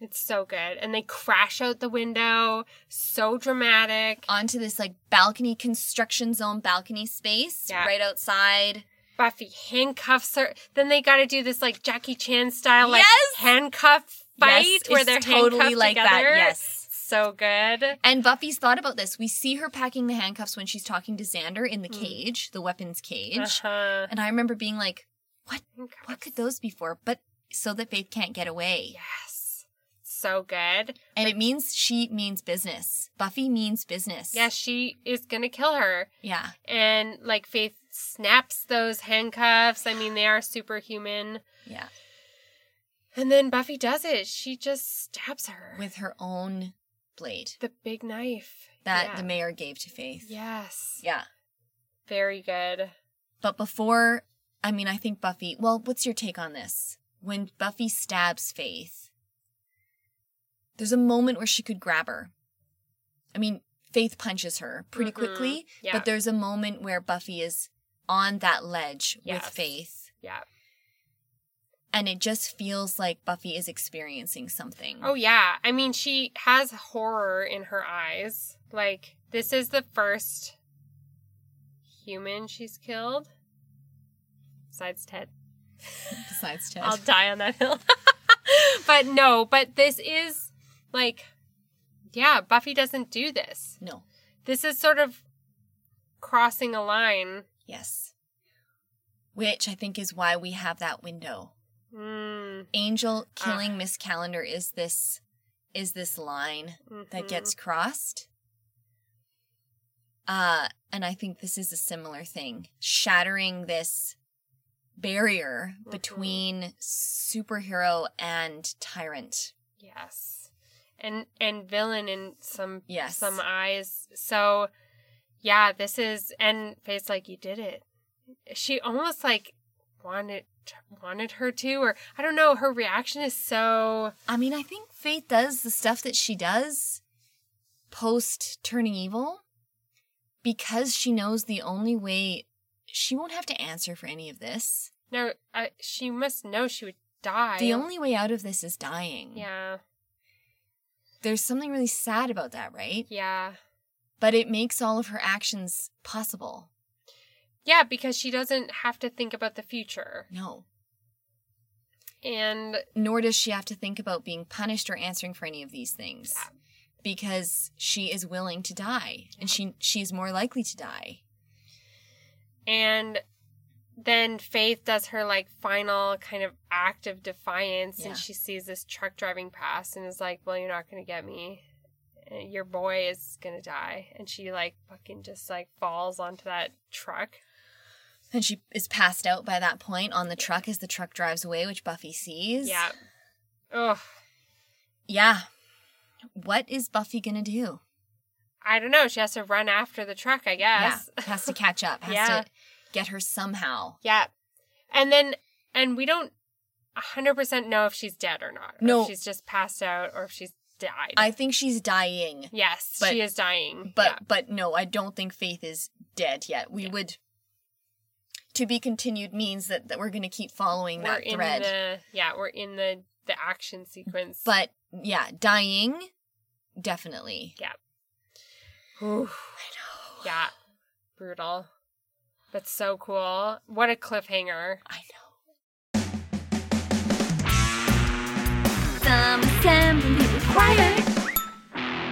[SPEAKER 1] It's so good. And they crash out the window. So dramatic.
[SPEAKER 2] Onto this like balcony construction zone balcony space
[SPEAKER 1] Yeah.
[SPEAKER 2] right outside.
[SPEAKER 1] Buffy handcuffs her. Then they got to do this like Jackie Chan style, like
[SPEAKER 2] Yes!
[SPEAKER 1] handcuff fight
[SPEAKER 2] Yes,
[SPEAKER 1] where
[SPEAKER 2] it's
[SPEAKER 1] they're handcuffed together.
[SPEAKER 2] Yes.
[SPEAKER 1] So good.
[SPEAKER 2] And Buffy's thought about this. We see her packing the handcuffs when she's talking to Xander in the cage, the weapons cage.
[SPEAKER 1] Hmm. Uh-huh.
[SPEAKER 2] And I remember being like, "What?
[SPEAKER 1] Handcuffs.
[SPEAKER 2] What could those be for?" But so that Faith can't get away.
[SPEAKER 1] Yes. So good.
[SPEAKER 2] And it means she means business. Buffy means business.
[SPEAKER 1] Yeah, she is going to kill her.
[SPEAKER 2] Yeah.
[SPEAKER 1] And like Faith snaps those handcuffs. I mean, they are superhuman.
[SPEAKER 2] Yeah.
[SPEAKER 1] And then Buffy does it. She just stabs her
[SPEAKER 2] With her own blade
[SPEAKER 1] the big knife
[SPEAKER 2] that
[SPEAKER 1] Yeah.
[SPEAKER 2] the mayor gave to Faith.
[SPEAKER 1] Yes.
[SPEAKER 2] Yeah.
[SPEAKER 1] Very good.
[SPEAKER 2] But before I mean, I think Buffy. Well, what's your take on this? When Buffy stabs Faith, there's a moment where she could grab her. I mean, Faith punches her pretty quickly,
[SPEAKER 1] Mm-hmm. yeah.
[SPEAKER 2] but there's a moment where Buffy is on that ledge
[SPEAKER 1] Yes.
[SPEAKER 2] with Faith,
[SPEAKER 1] Yeah.
[SPEAKER 2] and it just feels like Buffy is experiencing something.
[SPEAKER 1] Oh yeah. I mean, she has horror in her eyes. Like this is the first human she's killed. Besides Ted.
[SPEAKER 2] Besides Ted.
[SPEAKER 1] I'll die on that hill. but no, but this is like yeah, Buffy doesn't do this.
[SPEAKER 2] no.
[SPEAKER 1] This is sort of crossing a line.
[SPEAKER 2] Yes. Which I think is why we have that window.
[SPEAKER 1] Mm,
[SPEAKER 2] Angel killing Miss Calendar is this is this line that gets crossed. Uh and I think this is a similar thing. Shattering this barrier between superhero and tyrant.
[SPEAKER 1] yes. And and villain in some
[SPEAKER 2] Yes.
[SPEAKER 1] some eyes. So yeah, this is and Faith's like you did it. She almost like wanted wanted her to or I don't know, her reaction is so
[SPEAKER 2] I mean, I think Faith does the stuff that she does post turning evil because she knows the only way she won't have to answer for any of this.
[SPEAKER 1] no, I, she must know she would die.
[SPEAKER 2] The only way out of this is dying.
[SPEAKER 1] Yeah.
[SPEAKER 2] There's something really sad about that, right?
[SPEAKER 1] Yeah.
[SPEAKER 2] But it makes all of her actions possible.
[SPEAKER 1] Yeah, because she doesn't have to think about the future.
[SPEAKER 2] No.
[SPEAKER 1] And
[SPEAKER 2] Nor does she have to think about being punished or answering for any of these things. Because she is willing to die and she she is more likely to die.
[SPEAKER 1] and then Faith does her like final kind of act of defiance
[SPEAKER 2] Yeah.
[SPEAKER 1] and she sees this truck driving past and is like, "Well, you're not going to get me. And Your boy is going to die." And she like fucking just like falls onto that truck.
[SPEAKER 2] And she is passed out by that point on the truck as the truck drives away, which Buffy sees.
[SPEAKER 1] Yeah. Ugh.
[SPEAKER 2] Yeah. What is Buffy gonna do?
[SPEAKER 1] I don't know. She has to run after the truck, I guess.
[SPEAKER 2] Yeah. Has to catch up, has
[SPEAKER 1] Yeah.
[SPEAKER 2] to get her somehow.
[SPEAKER 1] Yeah. And then, and we don't 100% know if she's dead or not. or
[SPEAKER 2] No.
[SPEAKER 1] If she's just passed out or if she's died.
[SPEAKER 2] I think she's dying.
[SPEAKER 1] yes,
[SPEAKER 2] but-
[SPEAKER 1] she is dying.
[SPEAKER 2] But
[SPEAKER 1] Yeah.
[SPEAKER 2] but no, I don't think Faith is dead yet. We would to be continued means that, that we're gonna keep following
[SPEAKER 1] we're
[SPEAKER 2] that thread.
[SPEAKER 1] in the, yeah, we're in the, the action sequence.
[SPEAKER 2] But yeah, dying definitely.
[SPEAKER 1] yeah. Ooh. Yeah. Brutal. But so cool. What a cliffhanger.
[SPEAKER 2] I know.
[SPEAKER 7] Some assembly required.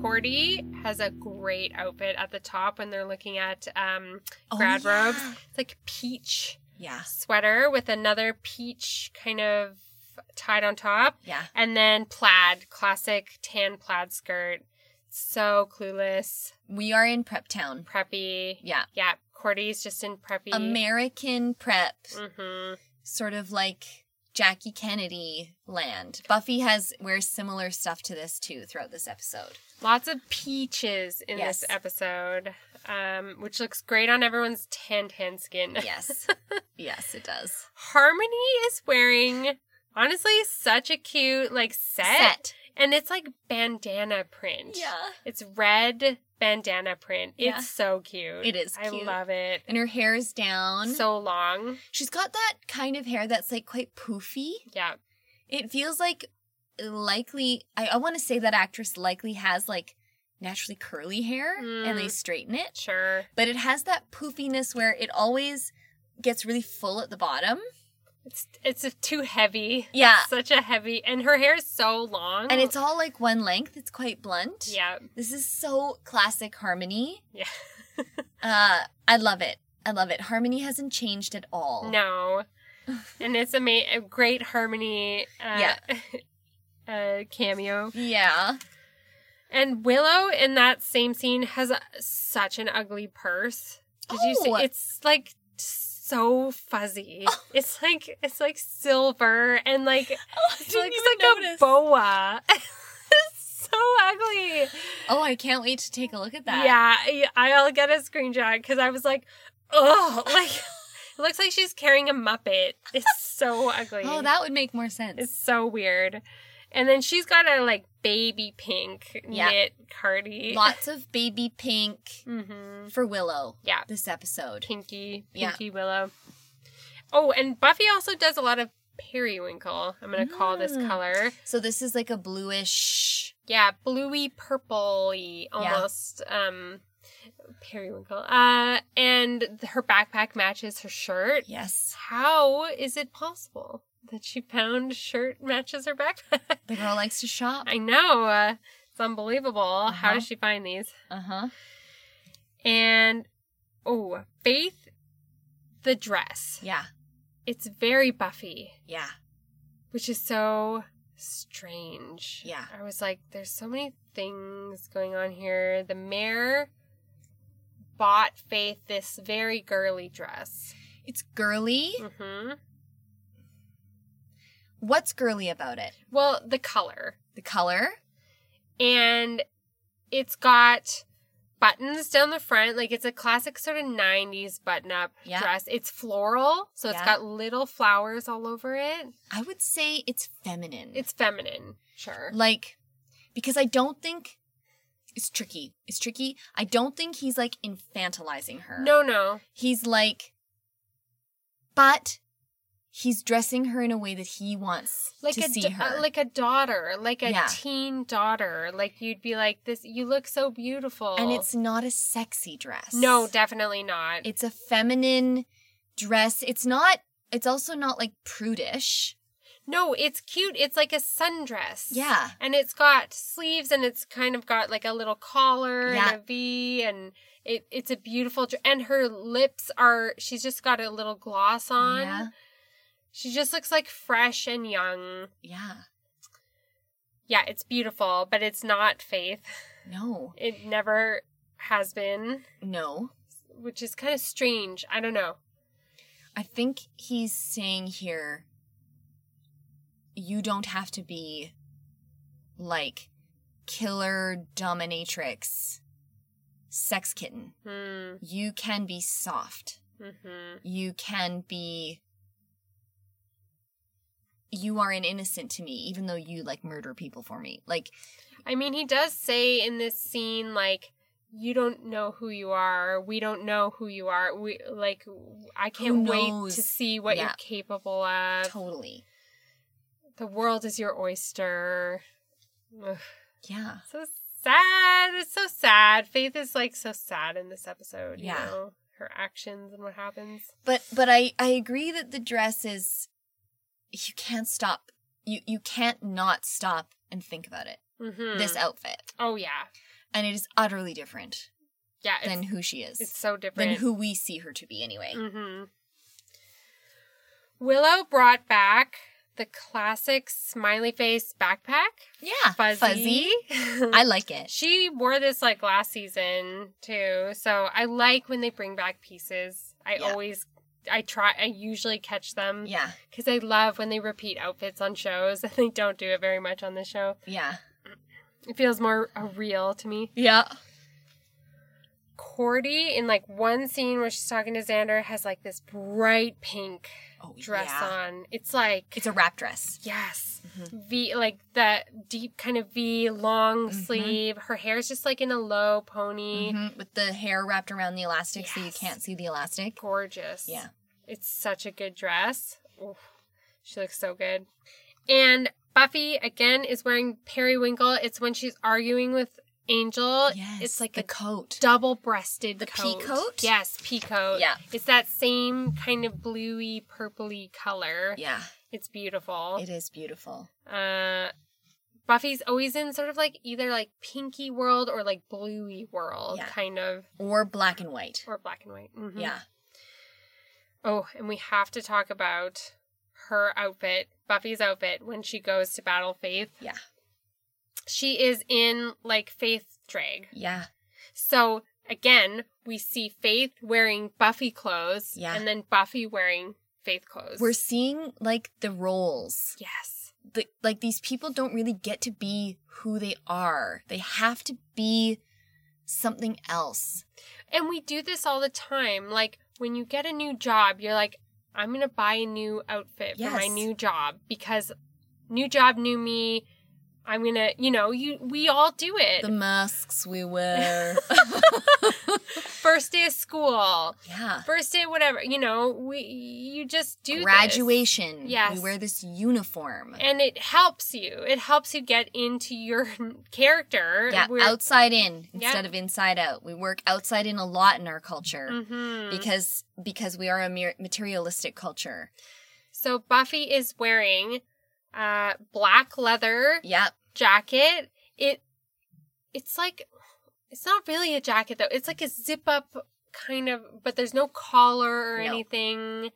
[SPEAKER 1] Cordy has a great outfit at the top when they're looking at um,
[SPEAKER 2] Oh,
[SPEAKER 1] grad
[SPEAKER 2] yeah.
[SPEAKER 1] robes. It's like peach.
[SPEAKER 2] Yeah.
[SPEAKER 1] sweater with another peach kind of tied on top.
[SPEAKER 2] Yeah.
[SPEAKER 1] And then plaid, classic tan plaid skirt. So clueless,
[SPEAKER 2] We are in prep town.
[SPEAKER 1] preppy.
[SPEAKER 2] Yeah.
[SPEAKER 1] Yeah. Cordy's just in preppy.
[SPEAKER 2] American prep,
[SPEAKER 1] hmm
[SPEAKER 2] sort of like Jackie Kennedy land. Buffy has wears similar stuff to this too throughout this episode.
[SPEAKER 1] Lots of peaches in
[SPEAKER 2] Yes.
[SPEAKER 1] this episode, um, which looks great on everyone's tan, tan skin.
[SPEAKER 2] Yes. yes, it does.
[SPEAKER 1] Harmony is wearing, honestly, such a cute, like, set.
[SPEAKER 2] Set.
[SPEAKER 1] And it's like bandana print. It's red bandana print.
[SPEAKER 2] Yeah.
[SPEAKER 1] It's so cute.
[SPEAKER 2] It is
[SPEAKER 1] I
[SPEAKER 2] cute.
[SPEAKER 1] love it.
[SPEAKER 2] And her hair is down.
[SPEAKER 1] So long.
[SPEAKER 2] she's got that kind of hair that's like quite poofy.
[SPEAKER 1] Yeah.
[SPEAKER 2] It feels like likely I, I want to say that actress likely has like naturally curly hair and
[SPEAKER 1] Mm.
[SPEAKER 2] they straighten it.
[SPEAKER 1] Sure.
[SPEAKER 2] But it has that poofiness where it always gets really full at the bottom.
[SPEAKER 1] It's it's a- too heavy.
[SPEAKER 2] Yeah.
[SPEAKER 1] Such a heavy and her hair is so long.
[SPEAKER 2] And it's all like one length. It's quite blunt.
[SPEAKER 1] Oh. Yeah.
[SPEAKER 2] This is so classic Harmony.
[SPEAKER 1] Yeah.
[SPEAKER 2] Uh, I love it. I love it. Harmony hasn't changed at all.
[SPEAKER 1] No. and it's a, ma- a great harmony uh, uh cameo.
[SPEAKER 2] Yeah.
[SPEAKER 1] And Willow in that same scene has a, such an ugly purse. Did you
[SPEAKER 2] Oh.
[SPEAKER 1] see? It's like so fuzzy. It's like it's like Oh, silver and like it's like, it's like a boa. it's so ugly. I
[SPEAKER 2] Oh, I can't wait to take a look at that.
[SPEAKER 1] yeah, I- I'll get a screenshot because I was like, oh, like it looks like she's carrying a muppet. It's so ugly.
[SPEAKER 2] Oh, that would make more sense.
[SPEAKER 1] It's so weird. And then she's got a like baby pink
[SPEAKER 2] Yeah.
[SPEAKER 1] knit cardi.
[SPEAKER 2] Lots of baby pink
[SPEAKER 1] hmm
[SPEAKER 2] for Willow.
[SPEAKER 1] Yeah.
[SPEAKER 2] This episode.
[SPEAKER 1] Pinky,
[SPEAKER 2] Yeah.
[SPEAKER 1] Pinky Willow. Oh, and Buffy also does a lot of periwinkle. I'm gonna call this
[SPEAKER 2] Mm.
[SPEAKER 1] color.
[SPEAKER 2] So this is like a bluish.
[SPEAKER 1] Yeah, bluey purpley almost. Um periwinkle. Uh and th- her backpack matches her shirt.
[SPEAKER 2] Yes.
[SPEAKER 1] How is it possible that she found shirt matches her backpack?
[SPEAKER 2] The girl likes to shop.
[SPEAKER 1] I know. Uh, it's unbelievable. How
[SPEAKER 2] Uh-huh.
[SPEAKER 1] does she find these?
[SPEAKER 2] Uh huh.
[SPEAKER 1] And oh, Faith the dress.
[SPEAKER 2] Yeah.
[SPEAKER 1] It's very Buffy,
[SPEAKER 2] Yeah.
[SPEAKER 1] which is so strange.
[SPEAKER 2] Yeah.
[SPEAKER 1] I was like, there's so many things going on here. The mayor bought Faith this very girly dress.
[SPEAKER 2] It's girly.
[SPEAKER 1] hmm
[SPEAKER 2] What's girly about it?
[SPEAKER 1] Well, the color.
[SPEAKER 2] The color.
[SPEAKER 1] and it's got buttons down the front like it's a classic sort of 90s button up
[SPEAKER 2] Yeah.
[SPEAKER 1] dress it's floral so it's
[SPEAKER 2] Yeah.
[SPEAKER 1] got little flowers all over it
[SPEAKER 2] I would say it's feminine.
[SPEAKER 1] it's feminine sure
[SPEAKER 2] like because I don't think it's tricky. It's tricky. I don't think he's like infantilizing her.
[SPEAKER 1] no no
[SPEAKER 2] He's like, but he's dressing her in a way that he wants
[SPEAKER 1] like
[SPEAKER 2] to
[SPEAKER 1] a
[SPEAKER 2] see
[SPEAKER 1] da-
[SPEAKER 2] her.
[SPEAKER 1] like a daughter like a
[SPEAKER 2] Yeah.
[SPEAKER 1] teen daughter like you'd be like this you look so beautiful
[SPEAKER 2] and it's not a sexy dress.
[SPEAKER 1] no definitely not
[SPEAKER 2] it's a feminine dress. It's not. It's also not like prudish.
[SPEAKER 1] no it's cute it's like a sundress
[SPEAKER 2] Yeah.
[SPEAKER 1] and it's got sleeves and it's kind of got like a little collar
[SPEAKER 2] Yeah.
[SPEAKER 1] and a V and it, it's a beautiful dr- and her lips are she's just got a little gloss on.
[SPEAKER 2] Yeah.
[SPEAKER 1] She just looks like fresh and young.
[SPEAKER 2] Yeah.
[SPEAKER 1] Yeah, it's beautiful, but it's not Faith.
[SPEAKER 2] No.
[SPEAKER 1] It never has been,
[SPEAKER 2] No.
[SPEAKER 1] which is kind of strange. I don't know.
[SPEAKER 2] I think he's saying here you don't have to be like killer dominatrix sex kitten.
[SPEAKER 1] Hmm.
[SPEAKER 2] You can be soft.
[SPEAKER 1] Mm-hmm.
[SPEAKER 2] You can be you are an innocent to me even though you like murder people for me. Like
[SPEAKER 1] I mean, he does say in this scene, like, you don't know who you are. We don't know who you are. We like, I can't wait
[SPEAKER 2] knows?
[SPEAKER 1] to see what you're
[SPEAKER 2] Yeah.
[SPEAKER 1] capable of.
[SPEAKER 2] totally.
[SPEAKER 1] The world is your oyster. Ugh,
[SPEAKER 2] Yeah.
[SPEAKER 1] so sad. It's so sad. Faith is like so sad in this episode. You
[SPEAKER 2] Yeah.
[SPEAKER 1] know? her actions and what happens.
[SPEAKER 2] but but I I agree that the dress is you can't stop you you can't not stop and think about it.
[SPEAKER 1] hmm
[SPEAKER 2] This outfit
[SPEAKER 1] Oh yeah,
[SPEAKER 2] and it is utterly different
[SPEAKER 1] yeah. It's,
[SPEAKER 2] than who she
[SPEAKER 1] it's
[SPEAKER 2] is
[SPEAKER 1] so
[SPEAKER 2] than
[SPEAKER 1] different.
[SPEAKER 2] who we see her to be anyway.
[SPEAKER 1] hmm Willow brought back the classic smiley face backpack.
[SPEAKER 2] Yeah,
[SPEAKER 1] Fuzzy.
[SPEAKER 2] I like it.
[SPEAKER 1] she wore this like last season too. So I like when they bring back pieces. I
[SPEAKER 2] Yeah.
[SPEAKER 1] always, I try, I usually catch them.
[SPEAKER 2] Yeah,
[SPEAKER 1] Because I love when they repeat outfits on shows and they don't do it very much on this show.
[SPEAKER 2] yeah,
[SPEAKER 1] It feels more uh, real to me.
[SPEAKER 2] yeah.
[SPEAKER 1] Cordy in like one scene where she's talking to Xander has like this bright pink
[SPEAKER 2] Oh,
[SPEAKER 1] dress
[SPEAKER 2] yeah.
[SPEAKER 1] on. It's like
[SPEAKER 2] It's a wrap dress.
[SPEAKER 1] yes,
[SPEAKER 2] Mm-hmm.
[SPEAKER 1] V like that deep kind of V long
[SPEAKER 2] Mm-hmm.
[SPEAKER 1] sleeve. Her hair's just like in a low pony.
[SPEAKER 2] Mhm, With the hair wrapped around the elastic so you
[SPEAKER 1] Yes.
[SPEAKER 2] can't see the elastic.
[SPEAKER 1] Gorgeous.
[SPEAKER 2] Mm-hmm. Yeah.
[SPEAKER 1] it's such a good dress. Oof. She looks so good. And Buffy again is wearing periwinkle. It's when she's arguing with Angel. it's like
[SPEAKER 2] the
[SPEAKER 1] a
[SPEAKER 2] coat.
[SPEAKER 1] double breasted
[SPEAKER 2] The pea coat?
[SPEAKER 1] Yes, pea coat.
[SPEAKER 2] Yeah.
[SPEAKER 1] It's that same kind of bluey purpley color.
[SPEAKER 2] Yeah,
[SPEAKER 1] It's beautiful.
[SPEAKER 2] it is beautiful.
[SPEAKER 1] Uh Buffy's always in sort of like either like pinky world or like bluey world
[SPEAKER 2] Yeah.
[SPEAKER 1] kind of
[SPEAKER 2] Or black and white.
[SPEAKER 1] or black and white. Mhm.
[SPEAKER 2] Yeah.
[SPEAKER 1] Oh, and we have to talk about her outfit, Buffy's outfit when she goes to battle Faith.
[SPEAKER 2] Yeah.
[SPEAKER 1] She is in like Faith drag.
[SPEAKER 2] Yeah.
[SPEAKER 1] So again, we see Faith wearing Buffy clothes,
[SPEAKER 2] Yeah.
[SPEAKER 1] and then Buffy wearing Faith clothes.
[SPEAKER 2] We're seeing like the roles.
[SPEAKER 1] yes,
[SPEAKER 2] the, like these people don't really get to be who they are. They have to be something else.
[SPEAKER 1] And we do this all the time. Like when you get a new job, you're like, I'm going to buy a new outfit for my
[SPEAKER 2] Yes.
[SPEAKER 1] new job because new job, new me. I'm going to, you know, you we all do it.
[SPEAKER 2] The masks we wear.
[SPEAKER 1] First day of school,
[SPEAKER 2] yeah.
[SPEAKER 1] first day whatever, you know, we you just do this.
[SPEAKER 2] Graduation.
[SPEAKER 1] Yes.
[SPEAKER 2] We wear this uniform.
[SPEAKER 1] And it helps you. It helps you get into your character.
[SPEAKER 2] Yeah,
[SPEAKER 1] We're-
[SPEAKER 2] outside in instead
[SPEAKER 1] Yeah.
[SPEAKER 2] of inside out. We work outside in a lot in our culture
[SPEAKER 1] Mm-hmm.
[SPEAKER 2] because because we are a mer- materialistic culture.
[SPEAKER 1] So Buffy is wearing uh black leather
[SPEAKER 2] Yep.
[SPEAKER 1] jacket. It it's like it's not really a jacket though. It's like a zip up kind of but there's no collar or
[SPEAKER 2] No.
[SPEAKER 1] anything.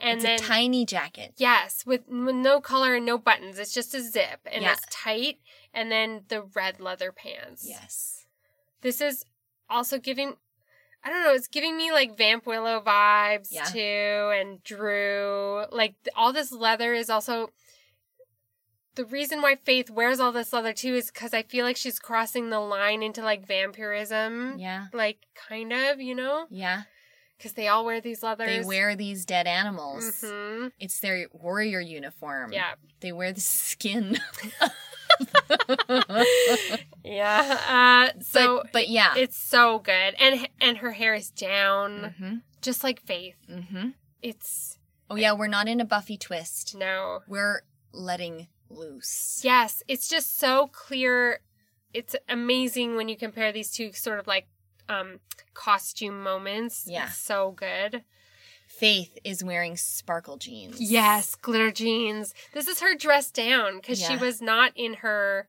[SPEAKER 1] And
[SPEAKER 2] it's
[SPEAKER 1] then
[SPEAKER 2] a tiny jacket.
[SPEAKER 1] yes, with, with no collar and no buttons. It's just a zip and
[SPEAKER 2] Yeah.
[SPEAKER 1] it's tight and then the red leather pants.
[SPEAKER 2] Yes.
[SPEAKER 1] This is also giving I don't know, it's giving me like Vamp Willow vibes
[SPEAKER 2] Yeah.
[SPEAKER 1] too and Drew. Like th- all this leather is also the reason why Faith wears all this leather too is cuz I feel like she's crossing the line into like vampirism.
[SPEAKER 2] Yeah.
[SPEAKER 1] Like kind of, you know?
[SPEAKER 2] Yeah.
[SPEAKER 1] Cuz they all wear these leathers.
[SPEAKER 2] They wear these dead animals.
[SPEAKER 1] Mhm.
[SPEAKER 2] It's their warrior uniform.
[SPEAKER 1] Yeah.
[SPEAKER 2] They wear the skin.
[SPEAKER 1] Yeah. Uh so
[SPEAKER 2] but, but yeah.
[SPEAKER 1] it's so good. And and her hair is down just like Faith.
[SPEAKER 2] mm-hmm.
[SPEAKER 1] It's
[SPEAKER 2] Oh yeah, we're not in a Buffy twist.
[SPEAKER 1] no.
[SPEAKER 2] We're letting loose.
[SPEAKER 1] Yes, it's just so clear. It's amazing when you compare these two sort of like um costume moments.
[SPEAKER 2] Yeah.
[SPEAKER 1] It's so good.
[SPEAKER 2] Faith is wearing sparkle jeans.
[SPEAKER 1] Yes, glitter jeans. This is her dress down because she
[SPEAKER 2] Yeah.
[SPEAKER 1] was not in her.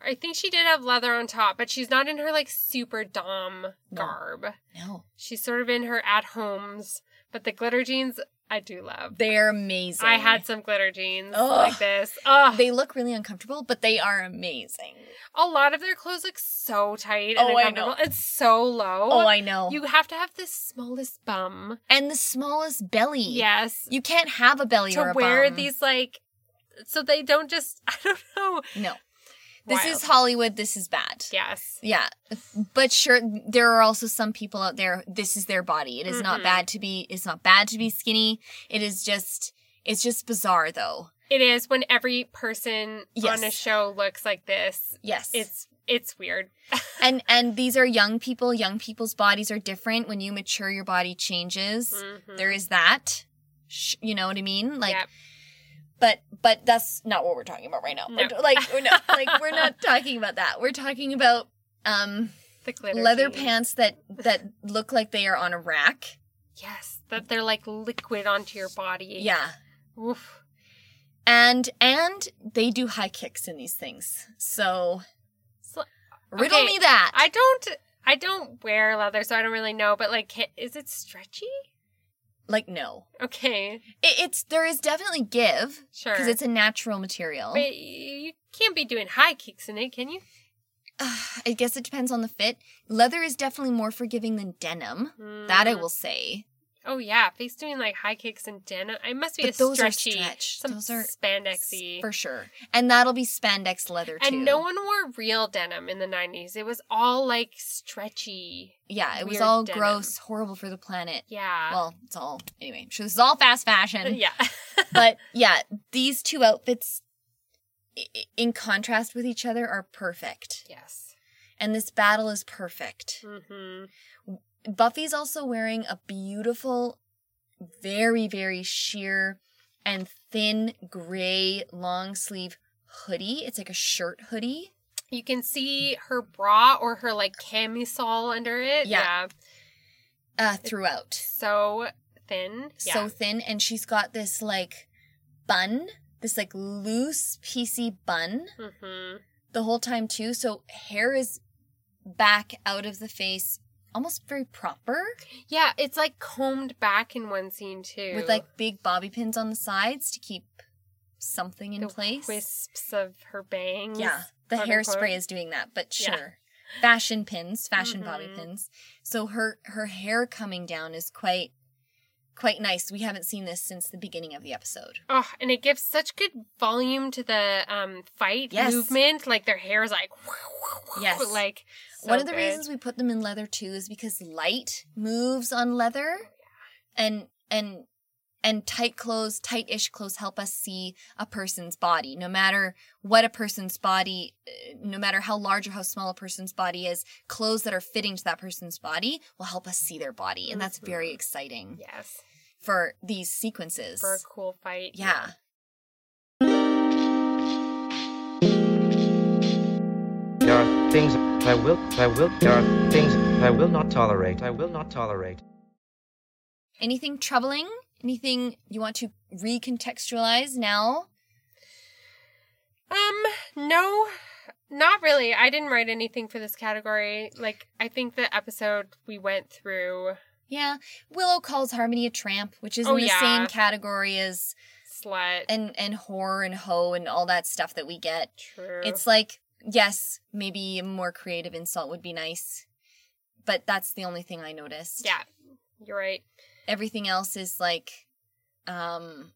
[SPEAKER 1] I think she did have leather on top, but she's not in her like super dom garb.
[SPEAKER 2] No.
[SPEAKER 1] She's sort of in her at homes, but the glitter jeans I do love.
[SPEAKER 2] They're amazing.
[SPEAKER 1] I had some glitter jeans
[SPEAKER 2] Ugh.
[SPEAKER 1] like this. Oh,
[SPEAKER 2] They look really uncomfortable, but they are amazing.
[SPEAKER 1] a lot of their clothes look so tight.
[SPEAKER 2] Oh,
[SPEAKER 1] and
[SPEAKER 2] I
[SPEAKER 1] uncomfortable. It's so low.
[SPEAKER 2] Oh, I know.
[SPEAKER 1] You have to have the smallest bum.
[SPEAKER 2] and the smallest belly.
[SPEAKER 1] Yes.
[SPEAKER 2] You can't have a belly or
[SPEAKER 1] to
[SPEAKER 2] a
[SPEAKER 1] wear
[SPEAKER 2] bum.
[SPEAKER 1] these like so they don't just I don't know.
[SPEAKER 2] No. This
[SPEAKER 1] Wild.
[SPEAKER 2] is Hollywood. This is bad.
[SPEAKER 1] Yes.
[SPEAKER 2] Yeah. But sure there are also some people out there this is their body. It is not
[SPEAKER 1] Mm-hmm.
[SPEAKER 2] bad to be it's not bad to be skinny. It is just it's just bizarre though.
[SPEAKER 1] It is when every person
[SPEAKER 2] Yes.
[SPEAKER 1] on a show looks like this.
[SPEAKER 2] Yes.
[SPEAKER 1] It's it's weird.
[SPEAKER 2] and and these are young people. Young people's bodies are different. When you mature your body changes. There is that. Sh- You know what I mean? Like
[SPEAKER 1] Mm-hmm. Yep.
[SPEAKER 2] but but that's not what we're talking about right now.
[SPEAKER 1] No.
[SPEAKER 2] We're- Like we're not like we're not talking about that. We're talking about um
[SPEAKER 1] The glitter
[SPEAKER 2] leather
[SPEAKER 1] jeans.
[SPEAKER 2] pants that that look like they are on a rack.
[SPEAKER 1] Yes. That they're like liquid onto your body.
[SPEAKER 2] Yeah.
[SPEAKER 1] Oof.
[SPEAKER 2] And and they do high kicks in these things. So
[SPEAKER 1] So-
[SPEAKER 2] riddle
[SPEAKER 1] okay,
[SPEAKER 2] me that.
[SPEAKER 1] I don't I don't wear leather, so I don't really know, but like can, is it stretchy?
[SPEAKER 2] like no.
[SPEAKER 1] Okay.
[SPEAKER 2] It, it's there is definitely give
[SPEAKER 1] Sure.
[SPEAKER 2] because it's a natural material.
[SPEAKER 1] but you can't be doing high kicks in it, can you?
[SPEAKER 2] I guess it depends on the fit. Leather is definitely more forgiving than denim. That
[SPEAKER 1] Hmm.
[SPEAKER 2] I will say.
[SPEAKER 1] Oh yeah, if he's doing like high kicks and denim, it must be
[SPEAKER 2] But
[SPEAKER 1] a
[SPEAKER 2] those are
[SPEAKER 1] stretchy,
[SPEAKER 2] stretched.
[SPEAKER 1] some
[SPEAKER 2] Those are
[SPEAKER 1] spandexy.
[SPEAKER 2] For sure. And that'll be spandex leather too.
[SPEAKER 1] and no one wore real denim in the '90s. It was all like stretchy.
[SPEAKER 2] Yeah, it was
[SPEAKER 1] weird
[SPEAKER 2] all
[SPEAKER 1] denim.
[SPEAKER 2] gross, horrible for the planet.
[SPEAKER 1] Yeah.
[SPEAKER 2] Well, it's all anyway. I'm sure this is all fast fashion.
[SPEAKER 1] yeah.
[SPEAKER 2] but yeah, these two outfits i- i- in contrast with each other are perfect.
[SPEAKER 1] yes.
[SPEAKER 2] And this battle is perfect.
[SPEAKER 1] Mm-hmm.
[SPEAKER 2] Buffy's also wearing a beautiful, very, very sheer and thin gray long sleeve hoodie. It's like a shirt hoodie.
[SPEAKER 1] You can see her bra or her like camisole under it.
[SPEAKER 2] Yeah. uh, throughout.
[SPEAKER 1] So thin. Yeah.
[SPEAKER 2] So thin, and she's got this like bun, this like loose, piecey bun
[SPEAKER 1] mm-hmm.
[SPEAKER 2] the whole time too. So hair is back out of the face, almost very proper,
[SPEAKER 1] Yeah, it's like combed back in one scene too,
[SPEAKER 2] with like big bobby pins on the sides to keep something in
[SPEAKER 1] the
[SPEAKER 2] place.
[SPEAKER 1] wisps of her bangs.
[SPEAKER 2] Yeah, the
[SPEAKER 1] quote,
[SPEAKER 2] hairspray
[SPEAKER 1] unquote.
[SPEAKER 2] is doing that, but
[SPEAKER 1] Yeah.
[SPEAKER 2] sure. Fashion pins, fashion bobby
[SPEAKER 1] Mhm.
[SPEAKER 2] pins. So her her hair coming down is quite quite nice. We haven't seen this since the beginning of the episode.
[SPEAKER 1] Oh, and it gives such good volume to the um fight
[SPEAKER 2] Yes.
[SPEAKER 1] movement. Like their hair is like,
[SPEAKER 2] Yes.
[SPEAKER 1] like so
[SPEAKER 2] One of the
[SPEAKER 1] good.
[SPEAKER 2] reasons we put them in leather too is because light moves on
[SPEAKER 1] Oh,
[SPEAKER 2] leather, and and and tight clothes, tight-ish clothes help us see a person's body. No matter what a person's body, uh, no matter how large or how small a person's body is, clothes that are fitting to that person's body will help us see their body, and that's very exciting
[SPEAKER 1] yes,
[SPEAKER 2] for these sequences.
[SPEAKER 1] Mm-hmm. for a cool fight.
[SPEAKER 2] yeah.
[SPEAKER 8] There are things I will, I will, there are things I will not tolerate. I will not tolerate.
[SPEAKER 2] Anything troubling? Anything you want to recontextualize now?
[SPEAKER 1] Um, no, not really. I didn't write anything for this category. Like, I think the episode we went through
[SPEAKER 2] Yeah, Willow calls Harmony a tramp, which is
[SPEAKER 1] Oh,
[SPEAKER 2] in the
[SPEAKER 1] yeah.
[SPEAKER 2] same category as
[SPEAKER 1] slut.
[SPEAKER 2] and and whore and hoe and all that stuff that we get.
[SPEAKER 1] True.
[SPEAKER 2] It's like yes, maybe a more creative insult would be nice, but that's the only thing I noticed.
[SPEAKER 1] yeah, you're right.
[SPEAKER 2] everything else is like, um,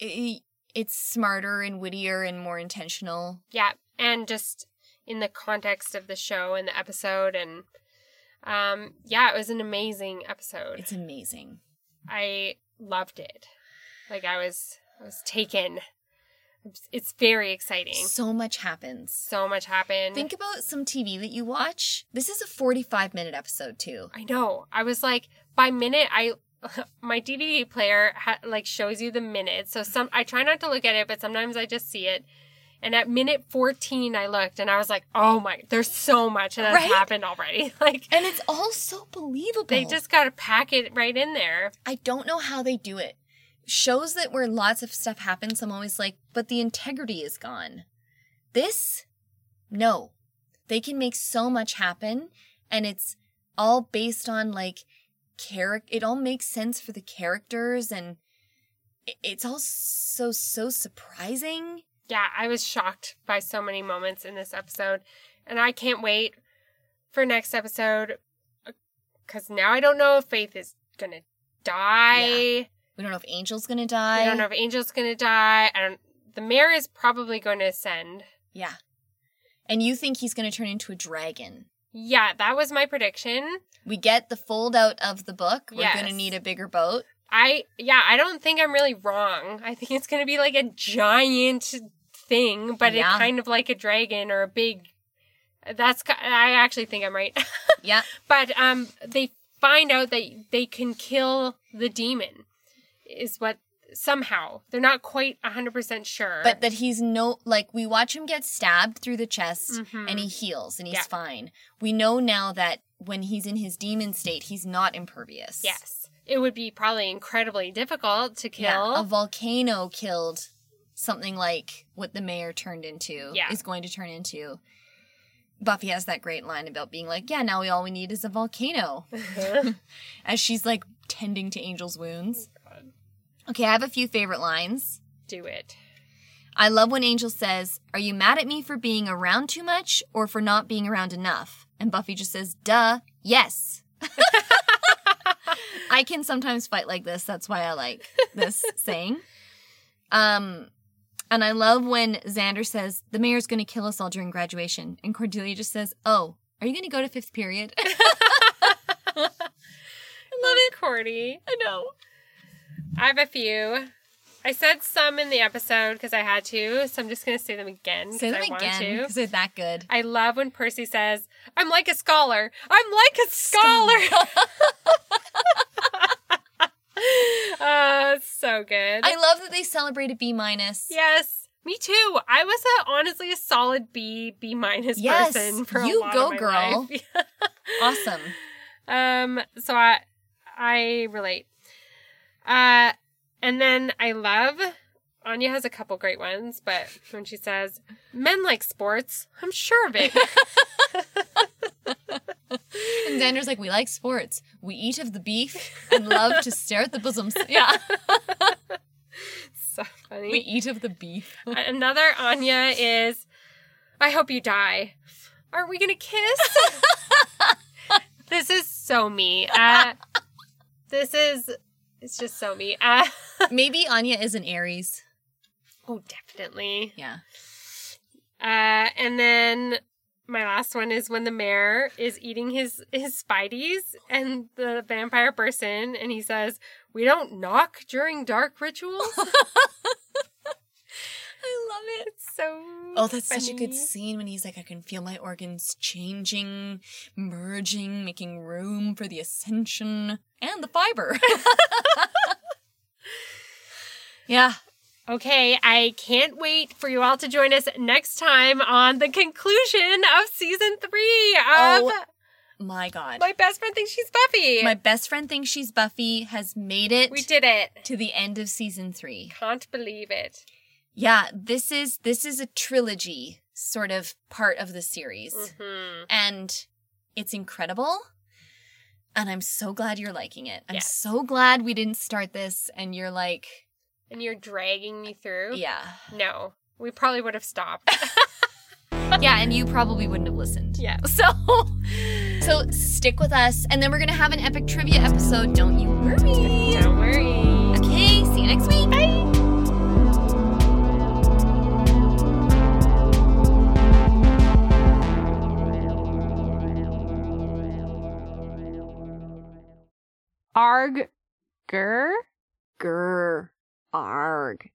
[SPEAKER 2] i it's smarter and wittier and more intentional.
[SPEAKER 1] Yeah, and just in the context of the show and the episode, and um, yeah, it was an amazing episode.
[SPEAKER 2] It's amazing.
[SPEAKER 1] I loved it. Like I was, I was taken. It's very exciting.
[SPEAKER 2] So much happens.
[SPEAKER 1] So much happened.
[SPEAKER 2] Think about some TV that you watch. This is a 45 minute episode, too.
[SPEAKER 1] I know. I was like, by minute, I my DVD player ha- like shows you the minutes. So some I try not to look at it, but sometimes I just see it. And at minute 14, I looked and I was like, oh my, there's so much that has
[SPEAKER 2] Right?
[SPEAKER 1] happened already. Like,
[SPEAKER 2] And it's all so believable.
[SPEAKER 1] they just got to pack it right in there.
[SPEAKER 2] I don't know how they do it. Shows that where lots of stuff happens, I'm always like, but the integrity is gone. This, no. They can make so much happen, and it's all based on like character. It all makes sense for the characters, and i- it's all so, so surprising.
[SPEAKER 1] Yeah, I was shocked by so many moments in this episode. And I can't wait for next episode because now I don't know if Faith is going to die.
[SPEAKER 2] We don't know if Angel's gonna die.
[SPEAKER 1] I don't know if Angel's gonna die. I don't. The mayor is probably going to ascend.
[SPEAKER 2] Yeah. And you think he's gonna turn into a dragon.
[SPEAKER 1] Yeah, that was my prediction.
[SPEAKER 2] We get the fold out of the book. We're
[SPEAKER 1] Yes.
[SPEAKER 2] gonna need a bigger boat.
[SPEAKER 1] I yeah, I don't think I'm really wrong. I think it's gonna be like a giant thing, but
[SPEAKER 2] Yeah.
[SPEAKER 1] it kind of like a dragon or a big. That's ki- I actually think I'm right,
[SPEAKER 2] Yeah.
[SPEAKER 1] but um, they find out that they can kill the demon, is what somehow they're not quite hundred percent sure.
[SPEAKER 2] but that he's no like we watch him get stabbed through the chest and he heals and he's
[SPEAKER 1] Mm-hmm. Yeah.
[SPEAKER 2] fine. We know now that when he's in his demon state, he's not impervious.
[SPEAKER 1] yes, it would be probably incredibly difficult to kill.
[SPEAKER 2] Yeah, a volcano killed something like what the mayor turned into
[SPEAKER 1] Yeah.
[SPEAKER 2] is going to turn into. Buffy has that great line about being like, "Yeah, now we all we need is a volcano," as she's like tending to Angel's wounds.
[SPEAKER 1] Oh,
[SPEAKER 2] Okay, I have a few favorite lines.
[SPEAKER 1] Do it.
[SPEAKER 2] I love when Angel says, Are you mad at me for being around too much or for not being around enough? And Buffy just says, Duh, yes. I can sometimes fight like this. That's why I like this saying. Um, and I love when Xander says, The mayor's going to kill us all during graduation. And Cordelia just says, Oh, are you going to go to fifth period?
[SPEAKER 1] love it, Cordy. I know. I have a few. I said some in the episode because I had to, so I'm just gonna say them again. 'cause
[SPEAKER 2] Say them
[SPEAKER 1] I
[SPEAKER 2] again
[SPEAKER 1] Want
[SPEAKER 2] because
[SPEAKER 1] to.
[SPEAKER 2] they're that good.
[SPEAKER 1] I love when Percy says, "I'm like a scholar. I'm like a scholar." uh, so good.
[SPEAKER 2] I love that they celebrate a B minus.
[SPEAKER 1] yes, me too. I was a, honestly a solid B, B minus
[SPEAKER 2] Yes,
[SPEAKER 1] person for a
[SPEAKER 2] you
[SPEAKER 1] lot
[SPEAKER 2] go,
[SPEAKER 1] of my
[SPEAKER 2] girl.
[SPEAKER 1] life.
[SPEAKER 2] Awesome.
[SPEAKER 1] Um, so I I relate. Uh and then I love Anya has a couple great ones, but when she says, Men like sports, I'm sure of it.
[SPEAKER 2] And Xander's like, we like sports. We eat of the beef and love to stare at the bosoms. Yeah.
[SPEAKER 1] so funny.
[SPEAKER 2] We eat of the beef.
[SPEAKER 1] Another Anya is I hope you die. Aren't we gonna kiss? this is so me. Uh This is it's just so me. Uh,
[SPEAKER 2] Maybe Anya is an Aries.
[SPEAKER 1] oh, definitely.
[SPEAKER 2] Yeah.
[SPEAKER 1] Uh, and then my last one is when the mayor is eating his his spideys, and the vampire bursts in, and he says, "We don't knock during dark rituals."
[SPEAKER 2] I love it.
[SPEAKER 1] It's so
[SPEAKER 2] Oh, that's such a good
[SPEAKER 1] funny.
[SPEAKER 2] scene when he's like, I can feel my organs changing, merging, making room for the ascension and the fiber. yeah.
[SPEAKER 1] Okay, I can't wait for you all to join us next time on the conclusion of season three of
[SPEAKER 2] Oh. My God.
[SPEAKER 1] My Best Friend Thinks She's Buffy.
[SPEAKER 2] My best friend thinks she's Buffy, has made it
[SPEAKER 1] we did it.
[SPEAKER 2] to the end of season three.
[SPEAKER 1] Can't believe it.
[SPEAKER 2] Yeah, this is this is a trilogy sort of part of the series. And it's incredible. And I'm so glad you're liking it. I'm
[SPEAKER 1] Yes.
[SPEAKER 2] so glad we didn't start this and you're like,
[SPEAKER 1] And you're dragging me through?
[SPEAKER 2] yeah.
[SPEAKER 1] No, we probably would have stopped.
[SPEAKER 2] Yeah, and you probably wouldn't have listened.
[SPEAKER 1] yeah.
[SPEAKER 2] So so stick with us and then we're going to have an epic trivia episode, don't you worry.
[SPEAKER 1] Don't worry.
[SPEAKER 2] Okay, see you next week. Bye.
[SPEAKER 9] Arg. Gur? Gur. Arg.